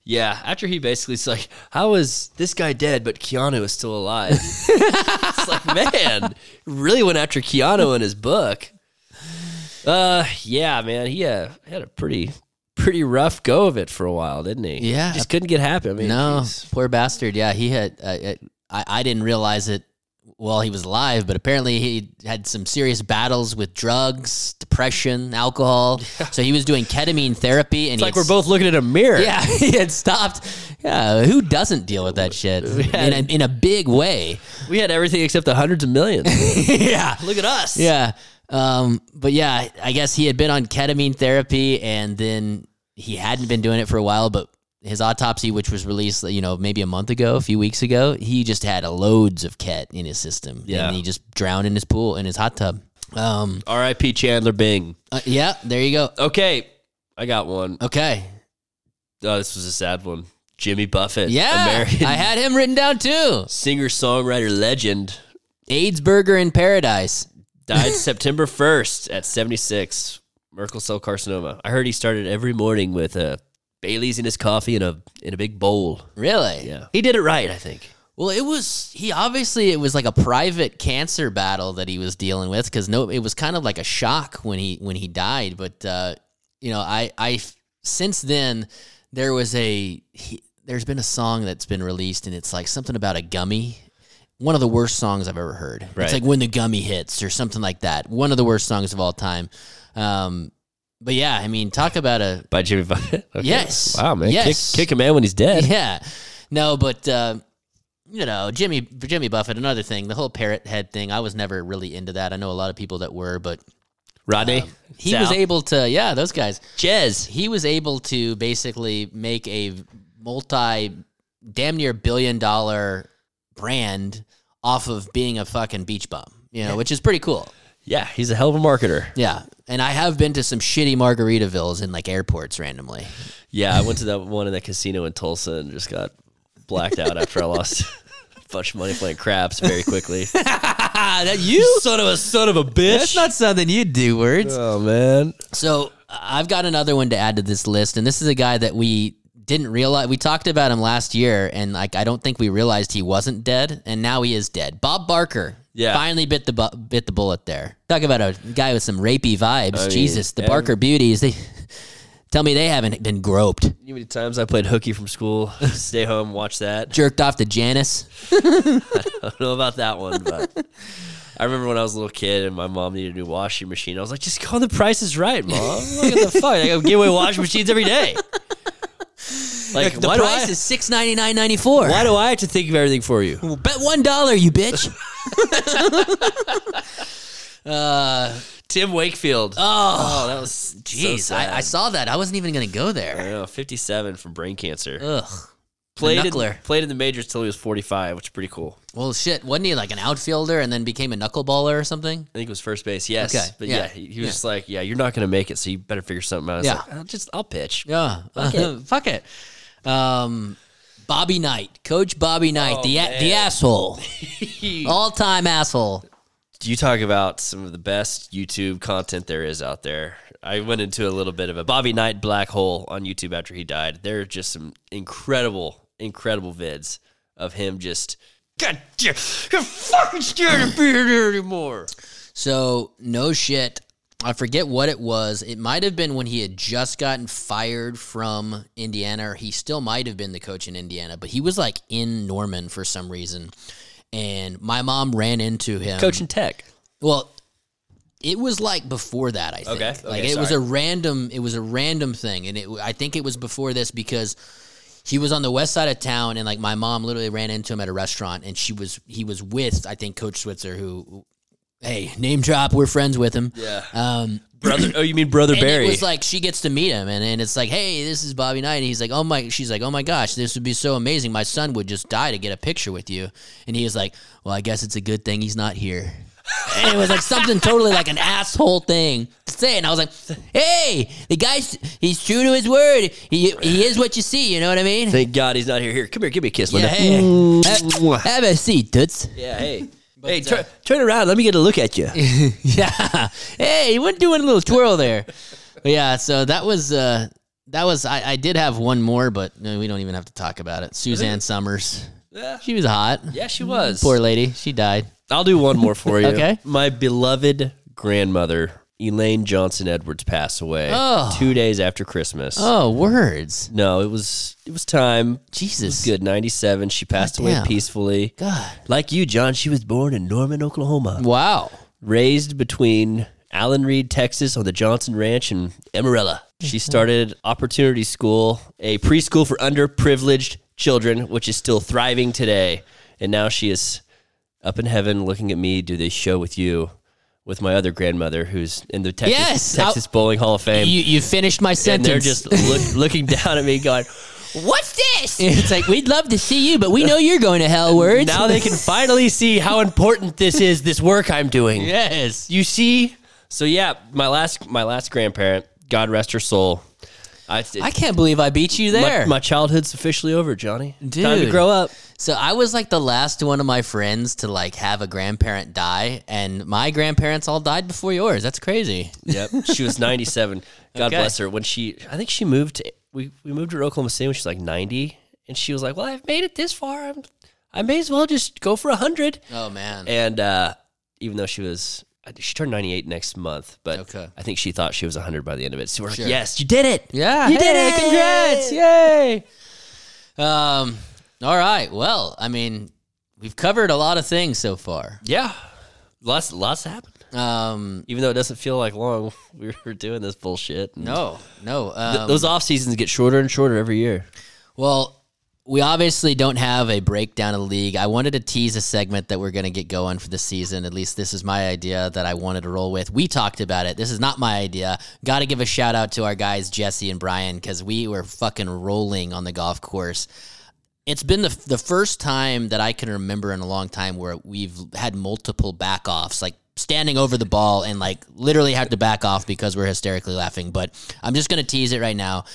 Yeah, after he basically's like, "How is this guy dead, but Keanu is still [laughs] alive?" it's like, man, really went after Keanu in his book. Uh, yeah, man, he uh, had a pretty, pretty rough go of it for a while, didn't he? Yeah. just couldn't get happy. I mean, No, geez. poor bastard. Yeah, he had. Uh, uh, I I didn't realize it while he was alive, but apparently he had some serious battles with drugs, [laughs] depression, alcohol. So he was doing ketamine therapy, and it's he like had we're both looking at a mirror. Yeah, [laughs] he had stopped. Yeah, who doesn't deal with that [laughs] shit in, a, in a big way? we had everything except the hundreds of millions. [laughs] yeah, Look at us. yeah. Um, but yeah, I guess he had been on ketamine therapy, and then he hadn't been doing it for a while. But his autopsy, which was released, you know, maybe a month ago, a few weeks ago, he just had a loads of ket in his system. Yeah. and he just drowned in his pool in his hot tub. Um, R.I.P. Chandler Bing. uh, yeah, there you go. Okay, I got one. Okay, Oh, this was a sad one. Jimmy Buffett. yeah, American I had him written down too. singer songwriter legend. AIDS burger in paradise. Died September 1st at 76, Merkel cell carcinoma. I heard he started every morning with uh, Bailey's in his coffee in a in a big bowl. Really? Yeah. He did it right, I think. Well, it was he obviously it was like a private cancer battle that he was dealing with because no, it was kind of like a shock when he when he died. But uh, you know, I I f- since then there was a he, there's been a song that's been released and it's like something about a gummy. One of the worst songs I've ever heard. Right. It's like when the gummy hits or something like that. One of the worst songs of all time. Um, but yeah, I mean, talk about a By Jimmy Buffett. [laughs] Okay. Yes. Wow, man. Yes. Kick, kick a man when he's [laughs] dead. yeah. No, but uh, you know, Jimmy Jimmy Buffett. Another thing, the whole parrot head thing. I was never really into that. I know a lot of people that were, but Rodney. he Sal. was able to. Yeah, those guys. Jez. He was able to basically make a multi, damn near billion dollar brand off of being a fucking beach bum. You know, which is pretty cool. Yeah, he's a hell of a marketer. Yeah. And I have been to some shitty margaritavilles in like airports randomly. Yeah, I went to that one in that casino in Tulsa and just got blacked out after I lost [laughs] a bunch of money playing craps very quickly. Ah, that you? [laughs] son of a son of a bitch. That's not something you do, words. oh man. So I've got another one to add to this list, and this is a guy that we didn't realize. We talked about him last year, and like I don't think we realized he wasn't dead, and now he is dead. Bob Barker, Yeah. finally bit the bu- bit the bullet there. Talk about a guy with some rapey vibes. mean, Jesus, the every- Barker beauties. They tell me they haven't been groped, You know how many times I played hooky from school, stay home, watch that. jerked off to Janice. I don't know about that one, but I remember when I was a little kid and my mom needed a new washing machine. I was like, just call the Price is Right, mom. Look at the fuck, I give away washing machines every day. Like, The why do price I? is six ninety nine ninety [laughs] four. why do I have to think of everything for you? Well, bet one dollar, you bitch. Tim Wakefield. Oh, Oh, that was jeez, I, I saw that. I wasn't even gonna go I there. know, 57 from brain cancer. Ugh. played in, Uh, knuckler. played in the majors till he was 45, which is pretty cool. Well, shit, wasn't he like an outfielder and then became a knuckleballer or something? I think it was first base. Yes, Okay, but yeah, yeah, he, he was just like, "Yeah, you're not going to make it, so you better figure something out." I was Yeah. like, I'll just I'll pitch. Yeah. Fuck it. [laughs] Fuck it. Um, Bobby Knight, Coach Bobby Knight, the a- the asshole, all time asshole. You talk about some of the best YouTube content there is out there. I went into a little bit of a Bobby Knight black hole on YouTube after he died. There are just some incredible, incredible vids of him just. God damn, I'm fucking scared to be here anymore. So no shit. I forget what it was. It might have been when he had just gotten fired from Indiana, or he still might have been the coach in Indiana, but he was like in Norman for some reason. And my mom ran into him. Coaching Tech. Well, it was like before that. I think. Okay, okay, like it was a sorry. random. It was a random thing, and it. I think it was before this because he was on the west side of town, and like my mom literally ran into him at a restaurant, and she was he was with I think Coach Switzer, who, hey, name drop, we're friends with him. Yeah. Um, Brother, oh, you mean Brother and Barry? It was like she gets to meet him, and, and it's like, hey, this is Bobby Knight. And he's like, oh my, she's like, oh my gosh, this would be so amazing. My son would just die to get a picture with you. And he was like, well, I guess it's a good thing he's not here. and it was like something totally like an asshole thing to say. And I was like, hey, the guy's he's true to his word. He he is what you see. You know what I mean? Thank Mm. God he's not here. Here, come here, give me a kiss, yeah, Linda. hey, have, have a seat, toots. Yeah, hey. hey, uh, tur- turn around. Let me get a look [laughs] at you. yeah. Hey, you went doing a little twirl there. But yeah, so that was uh that was I, I did have one more, but no, we don't even have to talk about it. Suzanne Summers. Yeah. She was hot. Yeah, she was. Poor lady. She died. I'll do one more [laughs] for you. Okay. My beloved grandmother, Elaine Johnson Edwards, passed away Oh. two days after Christmas. Oh, words. No, it was it was time. It was Jesus. good. Ninety seven. She passed away Goddamn. peacefully. God. Like you, John, she was born in Norman, Oklahoma. Wow. Raised between Allen Reed, Texas, on the Johnson Ranch, and Emerilla. Mm-hmm. She started Opportunity School, a preschool for underprivileged children, which is still thriving today. And now she is up in heaven, looking at me do this show with you, with my other grandmother, who's in the Texas, Yes, how- Texas Bowling Hall of Fame. You you finished my and sentence. they're [laughs] just look, looking down at me, going. What's this? It's like we'd love to see you, but we know you're going to hell words. Now they can finally see how important this is, this work I'm doing. Yes. You see? So yeah, my last my last grandparent, God rest her soul. I, [laughs] I can't believe I beat you there. My, my childhood's officially over, Johnny. Time to Dude. grow up. So I was like the last one of my friends to like have a grandparent die, and my grandparents all died before yours. That's crazy. Yep. She was [laughs] 97. God Okay. bless her. When she I think she moved to, we we moved to Oklahoma City when she was like 90 and she was like, "Well, I've made it this far. I'm, I may as well just go for 100." Oh man. And uh, even though she was, I think she turned 98 next month, but Okay. I think she thought she was 100 by the end of it. So we're Sure. like, yes, you did it. yeah, You did hey, it. Congrats! Yay. Um. All right. Well, I mean, we've covered a lot of things so far. Yeah. Lots, lots happened. Um. Even though it doesn't feel like long, [laughs] we were doing this bullshit. And No. No. Um, Th- those off seasons get shorter and shorter every year. Well, we obviously don't have a breakdown of the league. I wanted to tease a segment that we're going to get going for the season. At least this is my idea that I wanted to roll with. We talked about it. This is not my idea. Got to give a shout out to our guys, Jesse and Brian, because we were fucking rolling on the golf course. It's been the, the first time that I can remember in a long time where we've had multiple back offs, like standing over the ball and like literally had to back off because we're hysterically laughing. But I'm just going to tease it right now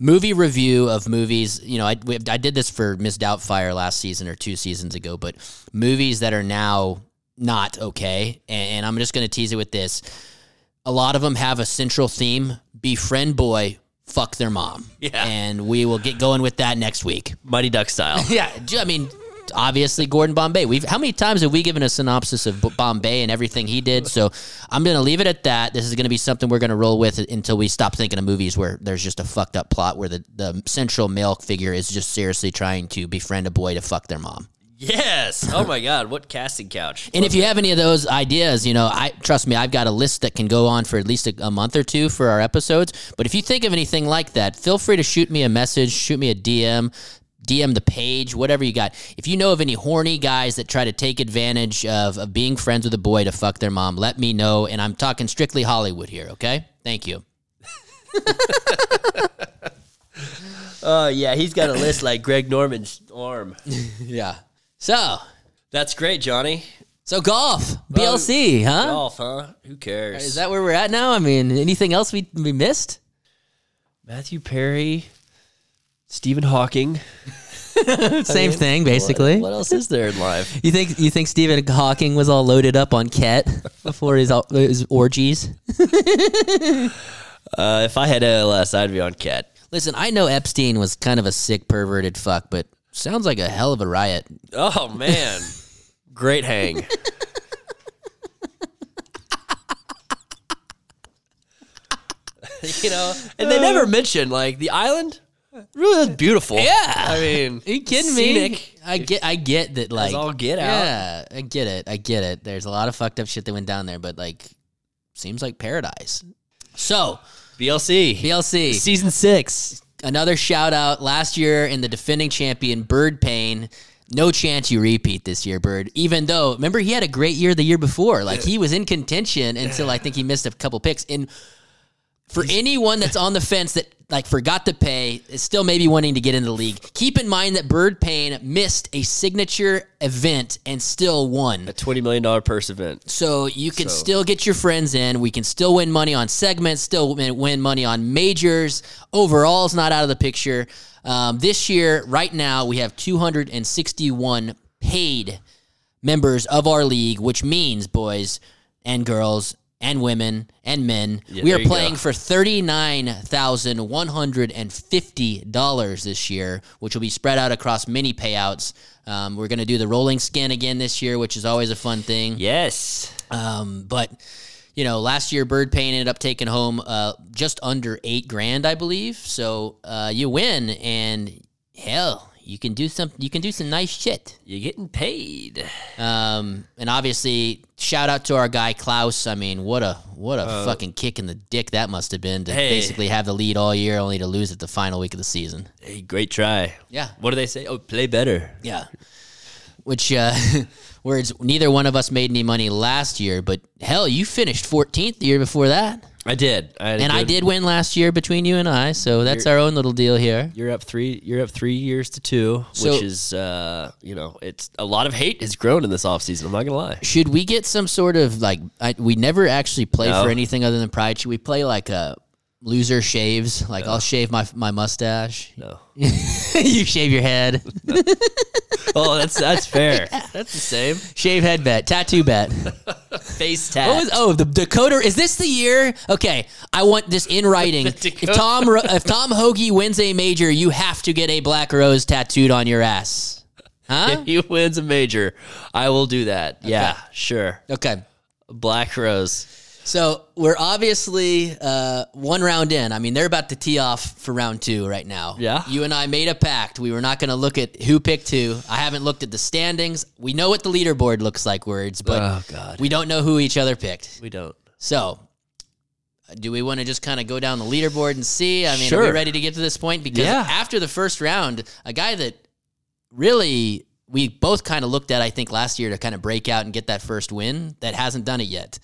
movie review of movies. You know, I, we, I did this for Miss Doubtfire last season or two seasons ago, but movies that are now not okay. And, and I'm just going to tease it with this. A lot of them have a central theme: befriend boy, fuck their mom. Yeah. and we will get going with that next week. Mighty Duck style. [laughs] Yeah, I mean. Obviously, Gordon Bombay. We've how many times have we given a synopsis of B- Bombay and everything he did? So I'm going to leave it at that. This is going to be something we're going to roll with until we stop thinking of movies where there's just a fucked up plot where the, the central male figure is just seriously trying to befriend a boy to fuck their mom. yes. Oh my God. What casting couch. And if you have any of those ideas, you know, I trust me, I've got a list that can go on for at least a, a month or two for our episodes. But if you think of anything like that, feel free to shoot me a message, shoot me a DM, DM the page, whatever you got. If you know of any horny guys that try to take advantage of, of being friends with a boy to fuck their mom, let me know. And I'm talking strictly Hollywood here, okay? [laughs] Thank you. Oh, yeah. He's got a list like Greg Norman's arm. Yeah. So, That's great, Johnny. so golf, BLC, huh? Golf, huh? Who cares? Is that where we're at now? I mean, anything else we, we missed? Matthew Perry, Stephen Hawking. Same thing, basically. What else is there in life? You think you think Stephen Hawking was all loaded up [laughs] on ket before his uh, his orgies? Uh, if I had ALS, I'd be on cat. Listen, I know Epstein was kind of a sick perverted fuck, but sounds like a hell of a riot. Oh man, great hang. you know, and they never mentioned like the island. Really, that's beautiful. Yeah. I mean, Are you kidding Scenic. me? I get I get that like all get out. Yeah, I get it. I get it. There's a lot of fucked up shit that went down there, but like seems like paradise. So, BLC BLC. season six. another shout out last year in the defending champion Bird Payne. No chance you repeat this year, Bird. Even though, remember, he had a great year the year before. Like he was in contention until I think he missed a couple picks. And for anyone that's on the fence that like forgot to pay is still maybe wanting to get in the league. Keep in mind that Bird Payne missed a signature event and still won. A $20 million purse event. So you can So- still get your friends in. We can still win money on segments, still win win money on majors. Overall's not out of the picture. Um, this year, right now, we have 261 paid members of our league, which means boys and girls and women and men. Yeah, we there are you go. playing for $39,150 this year, which will be spread out across many payouts. Um, we're going to do the rolling skin again this year, which is always a fun thing. Yes. Um, but you know, last year Bird Pain ended up taking home uh, just under eight grand, I believe. So uh, you win, and hell, you can do some you can do some nice shit. You're getting paid. Um, and obviously, shout out to our guy Klaus. I mean, what a what a fucking kick in the dick that must have been to Hey. basically have the lead all year, only to lose it the final week of the season. Hey, great try. Yeah. What do they say? Oh, play better. Yeah. Which uh [laughs] words neither one of us made any money last year, but hell, you finished 14th the year before that. I did. I had a And I good- did win last year between you and I, so that's our own little deal here. You're up three. You're up three years to two, So- which is, uh, you know, it's a lot of hate has grown in this offseason. I'm not gonna lie. Should we get some sort of like I, we never actually play No. for anything other than pride? Should we play like a loser shaves? Like I'll shave my my mustache, [laughs] No. you shave your head, [laughs] oh, that's that's fair. That's the same shave head bet, tattoo bet. [laughs] face tag. What was, oh, the Dakota. Is this the year? Okay, I want this in [laughs] writing. if Dakota. Tom Ro- if Tom Hoagie wins a major, you have to get a black rose tattooed on your ass. Huh? If he wins a major, I will do that. Yeah, sure. Okay. Black Rose. So we're obviously uh, one round in. I mean, they're about to tee off for round two right now. Yeah. You and I made a pact. We were not going to look at who picked who. I haven't looked at the standings. We know what the leaderboard looks like, words, but Oh, God. we don't know who each other picked. We don't. So, do we want to just kind of go down the leaderboard and see? I mean, are we Sure. ready to get to this point? Because Yeah. after the first round, a guy that really we both kind of looked at, I think, last year to kind of break out and get that first win that hasn't done it yet.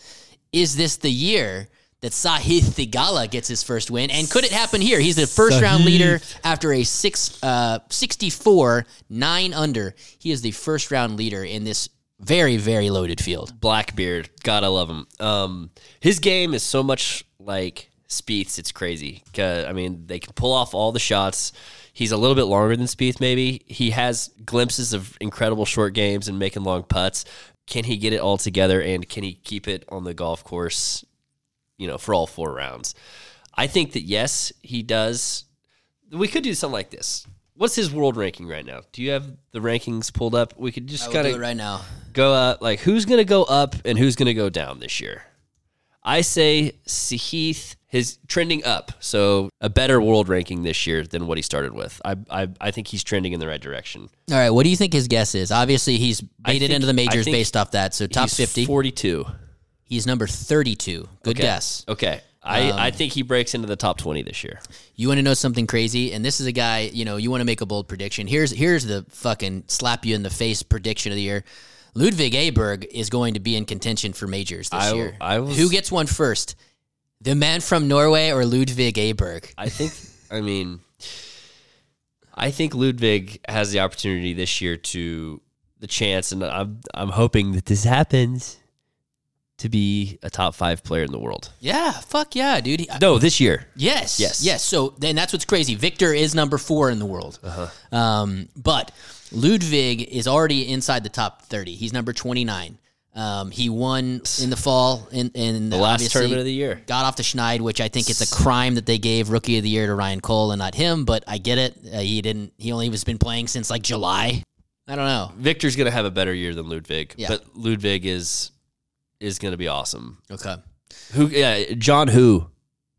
Is this the year? That Sahith Thigala gets his first win, and could it happen here? He's the first round leader after a six, uh, 64 nine under. He is the first round leader in this very, very loaded field. Blackbeard. God, I love him. Um, his game is so much like Spieth's. It's crazy. 'Cause, I mean, they can pull off all the shots. He's a little bit longer than Spieth. Maybe he has glimpses of incredible short games and making long putts. Can he get it all together? And can he keep it on the golf course? You know, for all four rounds. I think that yes, he does. We could do something like this. What's his world ranking right now? Do you have the rankings pulled up? We could I just will kind do of it right now. go up like who's gonna go up and who's gonna go down this year i say sahith his trending up so a better world ranking this year than what he started with i i, I think he's trending in the right direction All right, what do you think his guess is? Obviously, he's made it think- into the I majors think based off that. So top He's fifty, 42 he's number thirty-two. Good guess. Um, okay I, I think he breaks into the top 20 this year You want to know something crazy? And this is a guy. You know, you want to make a bold prediction. Here's here's the fucking slap you in the face prediction of the year. Ludwig Aberg is going to be in contention for majors this I- year. I was- Who gets one first? The man from Norway or Ludwig Aberg? i think i mean i think ludwig has the opportunity this year to the chance and i'm i'm hoping that this happens to be a top five player in the world Yeah, fuck yeah, dude. He- no this year Yes. Yes. Yes. So then that's what's crazy. Victor is number four in the world. Uh-huh. Um, but Ludwig is already inside the top 30. He's number 29. Um, he won in the fall in, in The last tournament of the year. Got off the Schneid, which I think it's a crime that they gave Rookie of the Year to Ryan Cole and not him. But I get it. Uh, he didn't. He only was been playing since like July. I don't know. Victor's gonna have a better year than Ludwig, Yeah. but Ludwig is is gonna be awesome. Okay. Who? Yeah, John. Who?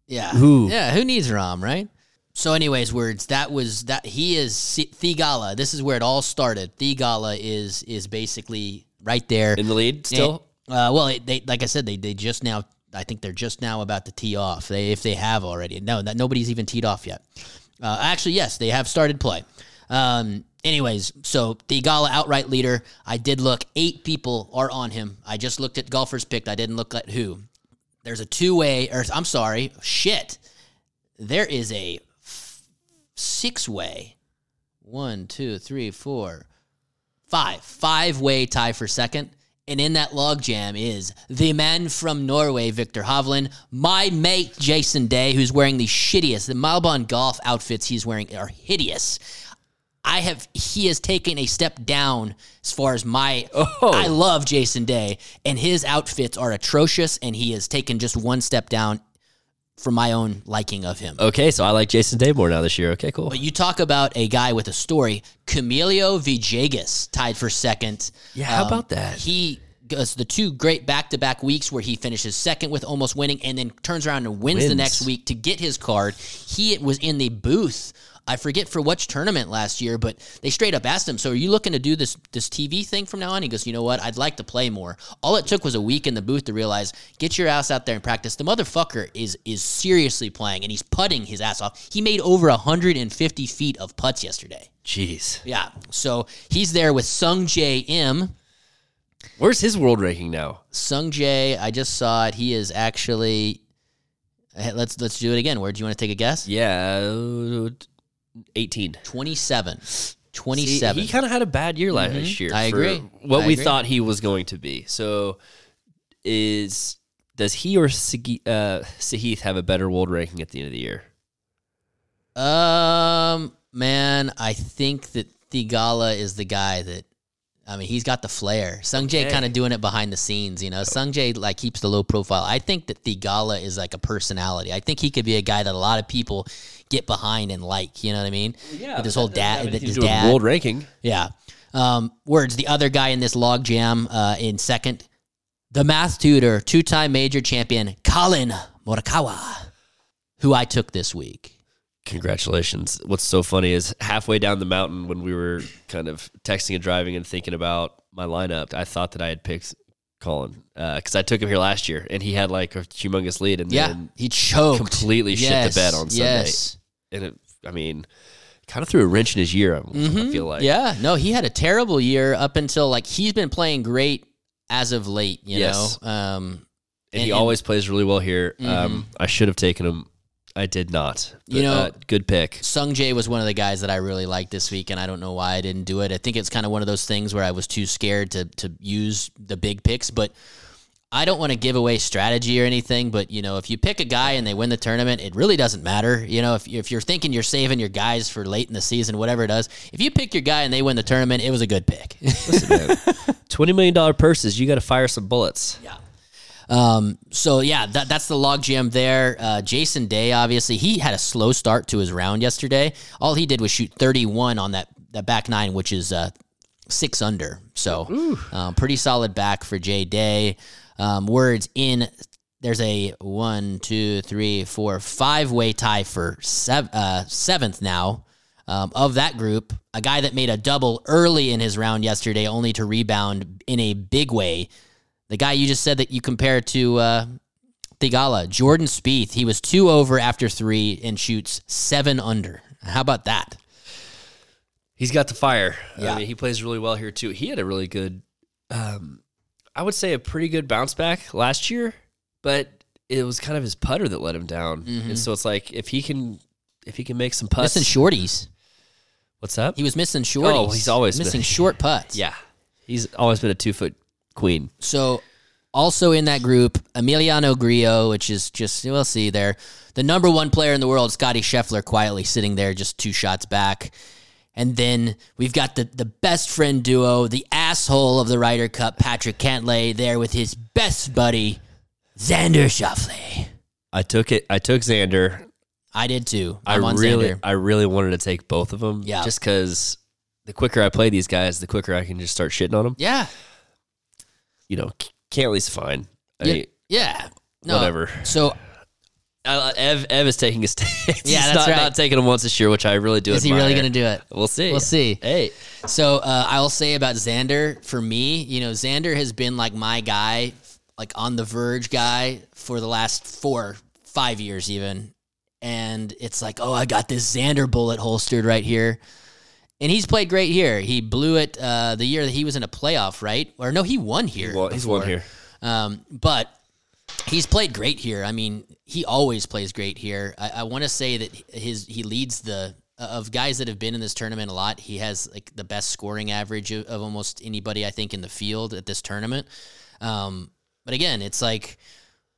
Yeah. Who? Yeah, who needs Rom, right? So anyways, words, that was that he is Si- Thigala. This is where it all started. Thigala is is basically right there. in the lead still. Uh, well, it, they like I said they they just now I think they're just now about to tee off. They if they have already. No, that nobody's even teed off yet. Uh, actually, yes, they have started play. Um, anyways, so the Gala outright leader. I did look. Eight people are on him. I just looked at golfers picked. I didn't look at who. There's a two way, or I'm sorry, shit. There is a six way. One, two, three, four, five. Five way tie for second. And in that logjam is the man from Norway, Victor Hovland, my mate Jason Day, who's wearing the shittiest. The Malbon golf outfits he's wearing are hideous. I have he has taken a step down as far as my Oh. I love Jason Day and his outfits are atrocious and he has taken just one step down for my own liking of him. Okay, so I like Jason Day more now this year. Okay, cool. But you talk about a guy with a story. Camilo Vijegas tied for second. Um, Yeah, how about that? He goes the two great back to back weeks where he finishes second with almost winning and then turns around and wins, the Wins. next week to get his card. He was in the booth. I forget for which tournament last year, but they straight up asked him, "So are you looking to do this this TV thing from now on?" He goes, "You know what? I'd like to play more." All it took was a week in the booth to realize, get your ass out there and practice. The motherfucker is is seriously playing, and he's putting his ass off. He made over 150 feet of putts yesterday. Jeez. Yeah, so he's there with Sung J M. Where's his world ranking now? Sung Jae, I just saw it. He is actually. eh, Let's let's do it again. Where do you want to take a guess? Yeah, uh, 18. Twenty seven. Twenty See, seven. He kind of had a bad year last year. I for agree. What I we agree. thought he was going to be. So, is does he or Sagi- uh, Sahith have a better world ranking at the end of the year? um, man, I think that Thigala is the guy that. I mean, he's got the flair. Sung Jae Okay. kind of doing it behind the scenes, you know. Sung Jae like keeps the low profile. I think that Thigala is like a personality. I think he could be a guy that a lot of people get behind and like. You know what I mean? Yeah. With his whole dad, He's his doing dad. world ranking. Yeah. Um, words. The other guy in this log jam uh, in second, the math tutor, two time major champion, Colin Morikawa, who I took this week. Congratulations. What's so funny is halfway down the mountain when we were kind of texting and driving and thinking about my lineup, I thought that I had picked Colin because I took him here last year and he had like a humongous lead and Yeah. then he choked. completely shit the bed on Sunday. Yes. and it, I mean, kind of threw a wrench in his year. I, I feel like Mm-hmm. yeah. No, he had a terrible year up until like he's been playing great as of late, you Yes. know? Um, and And- he and- always plays really well here. Um, I should have taken him. I did not. uh, You know- good pick. Sung Jae was one of the guys that I really liked this week, and I don't know why I didn't do it. I think it's kind of one of those things where I was too scared to to use the big picks, but I don't want to give away strategy or anything. But you know, if you pick a guy and they win the tournament, it really doesn't matter. You know, if if you're thinking you're saving your guys for late in the season, whatever it is, if you pick your guy and they win the tournament, it was a good pick. [laughs] Twenty million dollar purses. You got to fire some bullets. Yeah. Um, so yeah, that, that's the logjam there. Uh, Jason Day, obviously, he had a slow start to his round yesterday. All he did was shoot 31 on that, that back nine, which is uh, six under. So um, pretty solid back for Jay Day. Um, words in there's a one, two, three, four, five way tie for sev- uh, seventh now um, of that group, a guy that made a double early in his round yesterday, only to rebound in a big way. The guy you just said that you compare to uh, Thigala, Jordan Spieth, he was two over after three and shoots seven under. How about that? He's got the fire. Yeah. I mean, he plays really well here too. He had a really good, um, I would say, a pretty good bounce back last year, but it was kind of his putter that let him down. Mm-hmm. And so it's like if he can, if he can make some putts, Missing shorties. what's up? He was missing shorties. Oh, he's always missing been- short putts. yeah, he's always been a two foot queen. So also in that group, Emiliano Grillo, which is just we'll see there. The number one player in the world, Scotty Scheffler, quietly sitting there just two shots back. And then we've got the, the best friend duo, the asshole of the Ryder Cup, Patrick Cantlay, there with his best buddy, Xander Schauffele. I took it. I took Xander. I did too. I I'm on really, Xander. I really wanted to take both of them. Yeah. Just because the quicker I play these guys, the quicker I can just start shitting on them. Yeah. You know, C- Cantley's fine. I Yeah. mean, yeah. No. whatever. So I, I- Ev, Ev is taking his stance. Yeah, [laughs] He's that's not, right. not taking him once this year, which I really do. is he really admire. going to do it? We'll see. We'll see. Hey, So uh, I'll say about Xander for me, you know, Xander has been like my guy, like on the verge guy for the last four, five years even. And it's like, oh, I got this Xander bullet holstered right here. And he's played great here. He blew it uh, the year that he was in a playoff, right? Or no, he won here. well, he's one before. here. Um, but He's played great here. I mean, he always plays great here. I, I want to say that his he leads the of guys that have been in this tournament a lot. He has like the best scoring average of, of almost anybody I think in the field at this tournament. Um, but again, it's like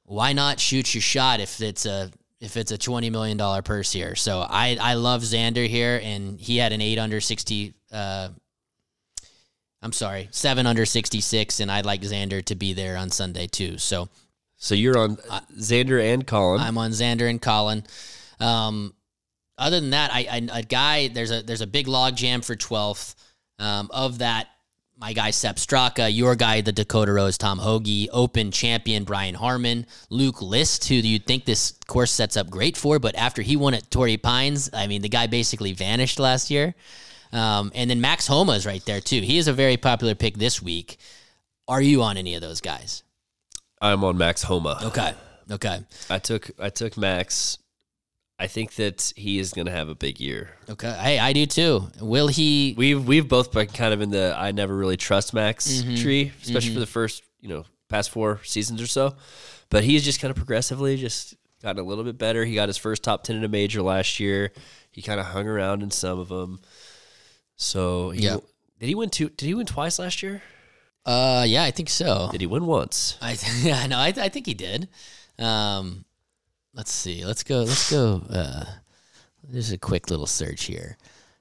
why not shoot your shot if it's a if it's a twenty million dollar purse here? So I I love Xander here, and he had an eight under sixty. Uh, I'm sorry, seven under sixty six, and I'd like Xander to be there on Sunday too. So. So you're on Xander and Colin. I'm on Xander and Colin. Um, other than that, I, I a guy there's a there's a big log jam for 12th. Um, of that, my guy Sep Straka, your guy the Dakota Rose, Tom Hoagie, Open champion Brian Harmon, Luke List, who you'd think this course sets up great for, but after he won at Torrey Pines, I mean the guy basically vanished last year. Um, and then Max Homa is right there too. He is a very popular pick this week. Are you on any of those guys? I'm on Max Homa. Okay. Okay. I took I took Max. I think that he is going to have a big year. Okay. Hey, I do too. Will he We've we've both been kind of in the I never really trust Max tree, especially for the first you know past four seasons or so. But he's just kind of progressively just gotten a little bit better. He got his first top ten in a major last year. He kind of hung around in some of them. So he, Yeah. did he win two? Did he win twice last year? Uh, yeah, I think so. Did he win once? I [laughs] th- yeah, no, I, th- I think he did. Um, let's see. Let's go. Let's go. Uh, there's a quick little search here.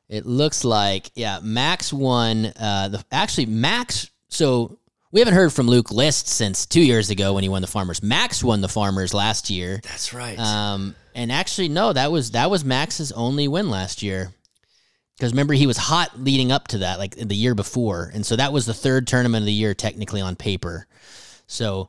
It looks like yeah, Max won. Uh, the actually Max. So we haven't heard from Luke List since two years ago when he won the Farmers. Max won the Farmers last year. That's right. Um, and actually, no, that was that was Max's only win last year. Because remember, he was hot leading up to that, like the year before, and so that was the third tournament of the year, technically on paper. So,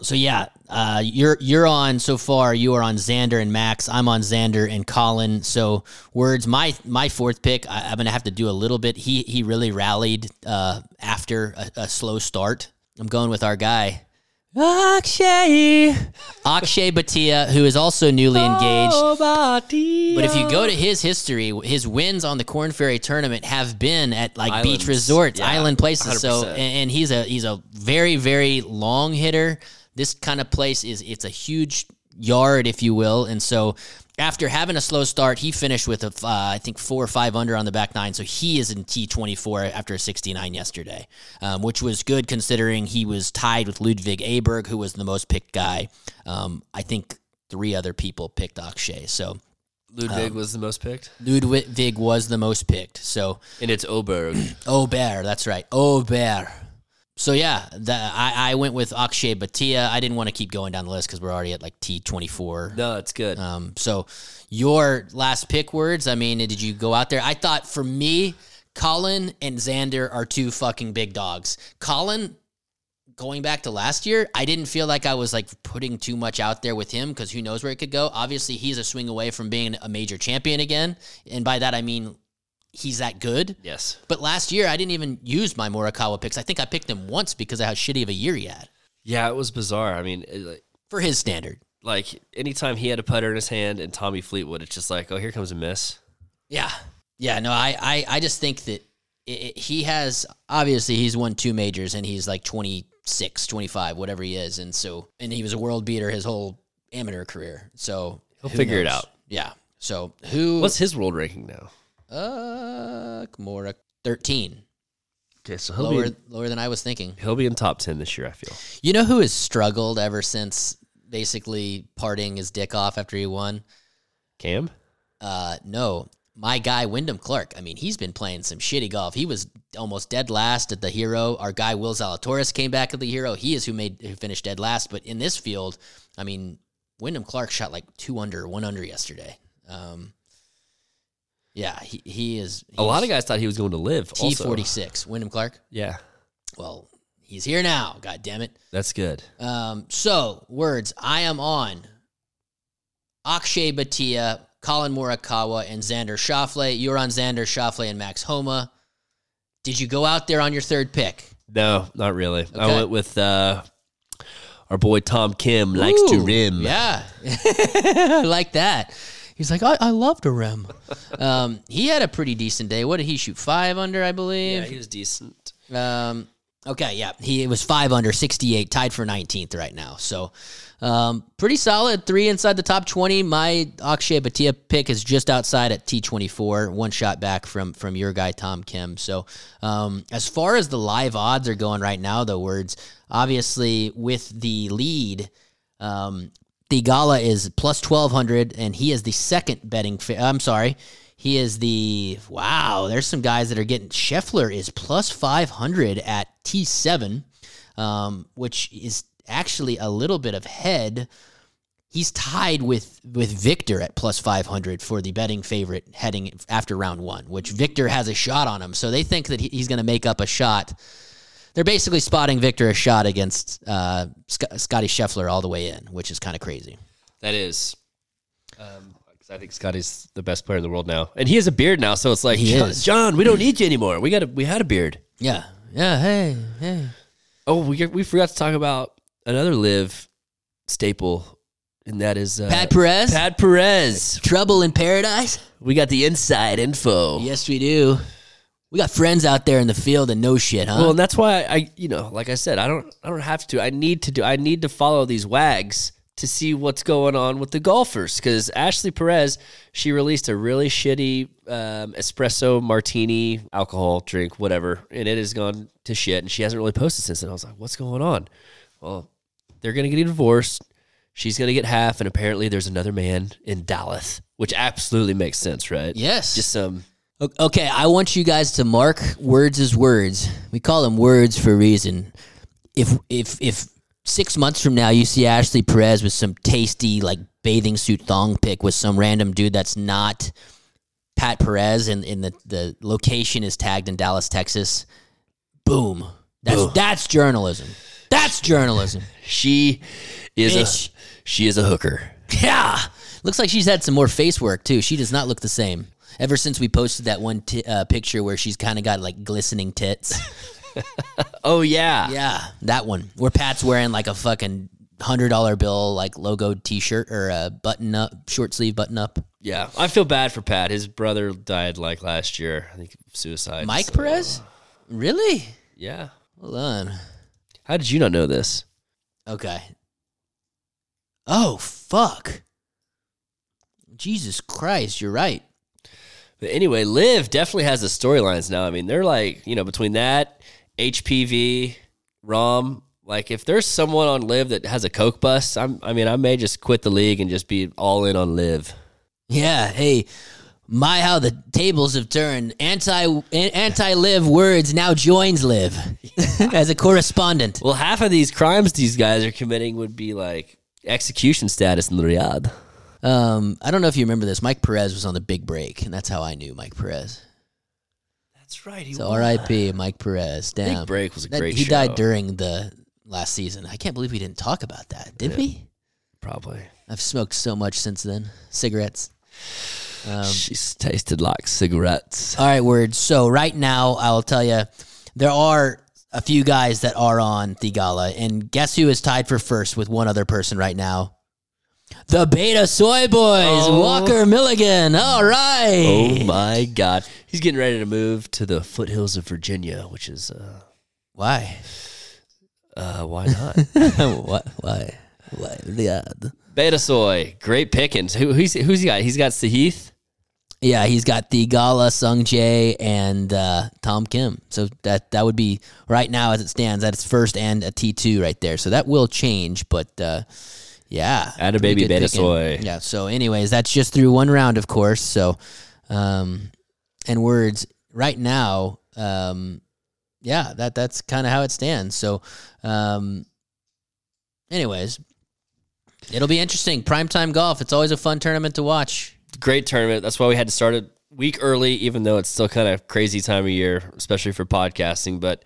so yeah, uh, you're you're on so far. You are on Xander and Max. I'm on Xander and Colin. So words, my my fourth pick. I, I'm gonna have to do a little bit. He he really rallied uh, after a, a slow start. I'm going with our guy. Akshay. Akshay Bhatia, who is also newly engaged. But if you go to his history, his wins on the Corn Ferry tournament have been at like beach Islands. resorts, Yeah, island places. So, 100%. and, and he's a he's a very very long hitter. This kind of place is it's a huge yard, if you will, and so. After having a slow start, he finished with a, f- uh, I think four or five under on the back nine. So he is in T twenty four after a sixty nine yesterday, um, which was good considering he was tied with Ludwig Aberg, who was the most picked guy. Um, I think three other people picked Akshay. So Ludwig was the most picked, Ludwig was the most picked. So and it's [coughs] Oberg. Ober, that's right, Ober. So yeah, the, I, I went with Akshay Bhatia. I didn't want to keep going down the list because we're already at like T twenty four. no, it's good. Um, so your last pick words. I mean, did you go out there? I thought for me, Colin and Xander are two fucking big dogs. Colin. Going back to last year, I didn't feel like I was like putting too much out there with him because who knows where it could go. Obviously, he's a swing away from being a major champion again, and by that I mean he's that good. yes. But last year, I didn't even use my Morikawa picks. I think I picked him once because of how shitty of a year he had Yeah, it was bizarre. I mean, it, like- for his standard. like anytime he had a putter in his hand and Tommy Fleetwood, it's just like, oh, here comes a miss. Yeah, yeah. No, I, I, I just think that it, it, he has obviously he's won two majors and he's like 26, 25, whatever he is, and so and he was a world beater his whole amateur career. So He'll who figure it knows? out. Yeah. So who? What's his world ranking now? uh, Morik thirteen? Okay, so he'll Lower, be in, lower than I was thinking. he'll be in top ten this year. I feel. You know who has struggled ever since basically parting his dick off after he won? Cam, Uh, no, my guy Wyndham Clark. I mean, he's been playing some shitty golf. He was almost dead last at the Hero. Our guy Will Zalatoris came back at the Hero. He is who made who finished dead last. But in this field, I mean, Wyndham Clark shot like two under, one under yesterday. Um, yeah, he he is a lot of guys thought he was going to live. T forty also. six. Wyndham Clark. Yeah, Well, he's here now. God damn it. that's good. Um, so words I am on Akshay Bhatia, Colin Morikawa, and Xander Schauffele. You're on Xander Schauffele and Max Homa. Did you go out there on your third pick? No, not really. I Okay. went with uh, our boy Tom Kim. Likes to Ooh, rim. Yeah, [laughs] I like that. He's like, I, I love [laughs] to rim. um, he had a pretty decent day. What did he shoot? Five under, I yeah, believe. he was decent. Um, Okay, yeah, he was five under, sixty-eight, tied for nineteenth right now. So, um, pretty solid. Three inside the top twenty. My Akshay Batia pick is just outside at T twenty-four, one shot back from from your guy Tom Kim. So, um, as far as the live odds are going right now, though, words obviously with the lead. Um, Thigala is plus 1200 and he is the second betting fa- I'm sorry. He is the wow, there's some guys that are getting Scheffler is plus 500 at T7 um, which is actually a little bit of head. He's tied with with Victor at plus 500 for the betting favorite heading after round 1, which Victor has a shot on him. So they think that he, he's going to make up a shot they're basically spotting Victor a shot against uh, Sc- Scotty Scheffler all the way in, which is kind of crazy. That is. Because I think Scotty's the best player in the world now, and he has a beard now. So it's like, He John, is. John, we don't need you anymore. We got a, we had a beard. Yeah, yeah. Hey, hey. Oh, we we forgot to talk about another live staple, and that is uh, Pat Perez? Pat Perez. Trouble in paradise? We got the inside info. Yes, we do. We got friends out there in the field and no shit, huh? Well, and that's why I, you know, like I said, I don't, I don't have to. I need to do. I need to follow these wags to see what's going on with the golfers. Because Ashley Perez, she released a really shitty um, espresso martini alcohol drink, whatever, and it has gone to shit. And she hasn't really posted since. then. I was like, what's going on? Well, they're gonna get divorced. She's gonna get half, and apparently there's another man in Dallas, which absolutely makes sense, right? Yes. Just some. O- Okay, I want you guys to mark words as words. We call them words for a reason. If if if six months from now you see Ashley Perez with some tasty like bathing suit thong pic with some random dude that's not Pat Perez and in the, the location is tagged in Dallas, Texas, boom. That's that's journalism. That's journalism. She is Bitch. a. She is a hooker. Yeah. Looks like she's had some more face work too. She does not look the same. Ever since we posted that one t- uh, picture where she's kind of got like glistening tits. Oh yeah. yeah, that one where Pat's wearing like a fucking hundred dollar bill like logoed t shirt or a button up short sleeve button up. Yeah, I feel bad for Pat. His brother died like last year. I think of suicide. Mike so- Perez, really? Yeah. Hold on. How did you not know this? Okay. Oh fuck. Jesus Christ, you're right. But anyway, Liv definitely has the storylines now. I mean, they're like you know between that HPV Rom. Like if there's someone on Liv that has a coke bust, I'm. I mean, I may just quit the league and just be all in on Liv. Yeah, hey, my how the tables have turned. Anti anti live words now joins live [laughs] as a correspondent. Well, half of these crimes these guys are committing would be like execution status in Riyadh. Um, I don't know if you remember this. Mike Perez was on the Big Break, and that's how I knew Mike Perez. That's right. He So R.I.P. Mike Perez. Damn, Break was a That- great He died show. during the last season. I can't believe we didn't talk about that, did we? probably. I've smoked so much since then. Cigarettes. Um, She's tasted like cigarettes. All right, words. So right now, I'll tell you, there are a few guys that are on Thigala, and guess who is tied for first with one other person right now? The Beta Soy Boys, Oh. Walker Milligan. All right. Oh my God. He's getting ready to move to the foothills of Virginia, which is, uh, Why? uh why not? [laughs] what? Why? Why? Riyadh? Betasoy, great pickings. Who, who's, who's he got? He's got Sahith. Yeah, he's got Thigala, Sung Jae, and uh, Tom Kim. So that that would be right now as it stands at its first and a T two right there. So that will change, but uh, yeah, Atta pretty baby good beta picking. soy. Yeah. So, anyways, that's just through one round, of course. So, um, and words right now, um, yeah, that that's kind of how it stands. So, um, anyways, it'll be interesting. Primetime golf. It's always a fun tournament to watch. Great tournament. That's why we had to start a week early, even though it's still kind of crazy time of year, especially for podcasting. But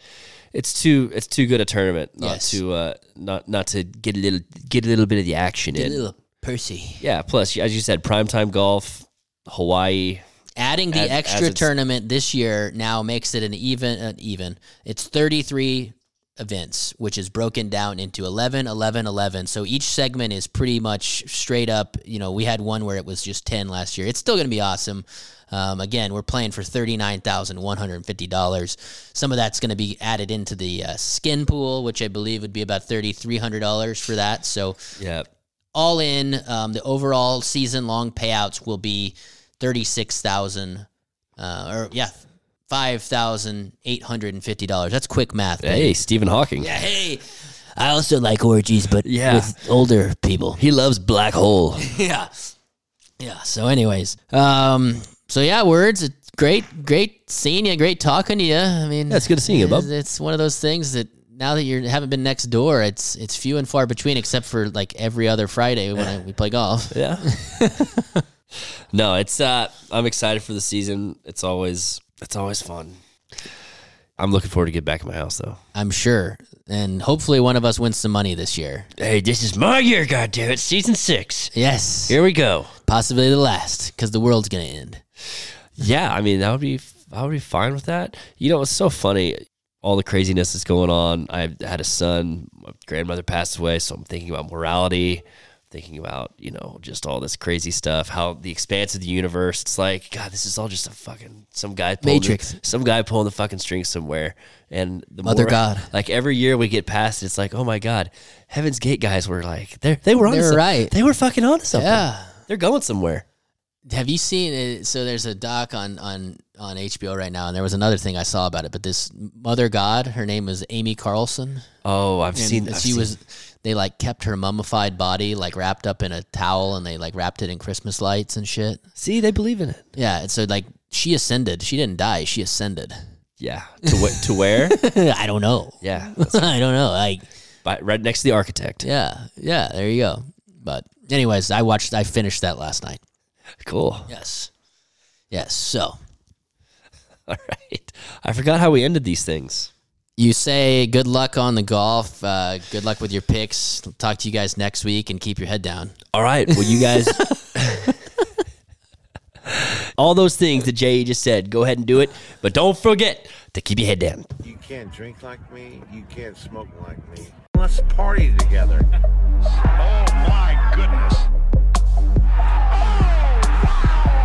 it's too it's too good a tournament not Yes. to uh, not not to get a little get a little bit of the action in. Little Percy. yeah. Plus, as you said, primetime golf, Hawaii. adding the As- as extra it's- uh, tournament this year now makes it an even an even it's 33 events, which is broken down into 11, 11, 11. So each segment is pretty much straight up. You know, we had one where it was just 10 last year. It's still going to be awesome. Um, again, we're playing for $39,150. Some of that's going to be added into the uh, skin pool, which I believe would be about $3,300 for that. So Yeah. all in, um, the overall season long payouts will be thirty six thousand, uh, or yeah, five thousand eight hundred and fifty dollars. That's quick math. baby. Hey, Stephen Hawking. Yeah, hey. I also like orgies, but Yeah. with older [laughs] people. He loves black hole. yeah, yeah. So, anyways, um, so yeah, words. It's great, great seeing you. Great talking to you. I mean, Yeah, it's good seeing you, bub. It's, it's one of those things that now that you haven't been next door, it's it's few and far between, except for like every other Friday when I, we play golf. Yeah. [laughs] no, it's uh I'm excited for the season. It's always it's always fun. I'm looking forward to get back in my house though. I'm sure. And hopefully one of us wins some money this year. Hey, this is my year, goddammit, season six. Yes. Here we go. Possibly the last, because the world's going to end. Yeah, I mean that would be I would be fine with that. You know, it's so funny all the craziness that's going on. I had a son, my grandmother passed away, so I'm thinking about morality, thinking about you know just all this crazy stuff, how the expanse of the universe. It's like God, this is all just a fucking some guy pulling the- Matrix. some guy pulling the fucking strings somewhere, and the Mother more- God. Like every year we get past, it, it's like oh my God, Heaven's Gate guys were like they they were on They were right. they were fucking on something. Yeah. They're going somewhere. Have you seen it? So there's a doc on, on, on HBO right now, and there was another thing I saw about it, but this Mother God, her name was Amy Carlson. Oh, I've and seen. I've she seen- was they like kept her mummified body like wrapped up in a towel and they like wrapped it in Christmas lights and shit. see they believe in it. Yeah, and so like she ascended. She didn't die, she ascended. [laughs] Yeah. To wh- to where? I don't know. yeah. [laughs] I don't know. Like By, right next to the architect. Yeah, yeah. There you go. But anyways, I watched. I finished that last night. Cool. [laughs] Yes, yes. So All right. I forgot how we ended these things. you say good luck on the golf. Uh, good luck with your picks. Talk to you guys next week and keep your head down. All right. Well, you guys. [laughs] All those things that Jay just said, go ahead and do it. But don't forget to keep your head down. You can't drink like me. You can't smoke like me. Let's party together. Oh my goodness. Oh wow. uh, uh, uh,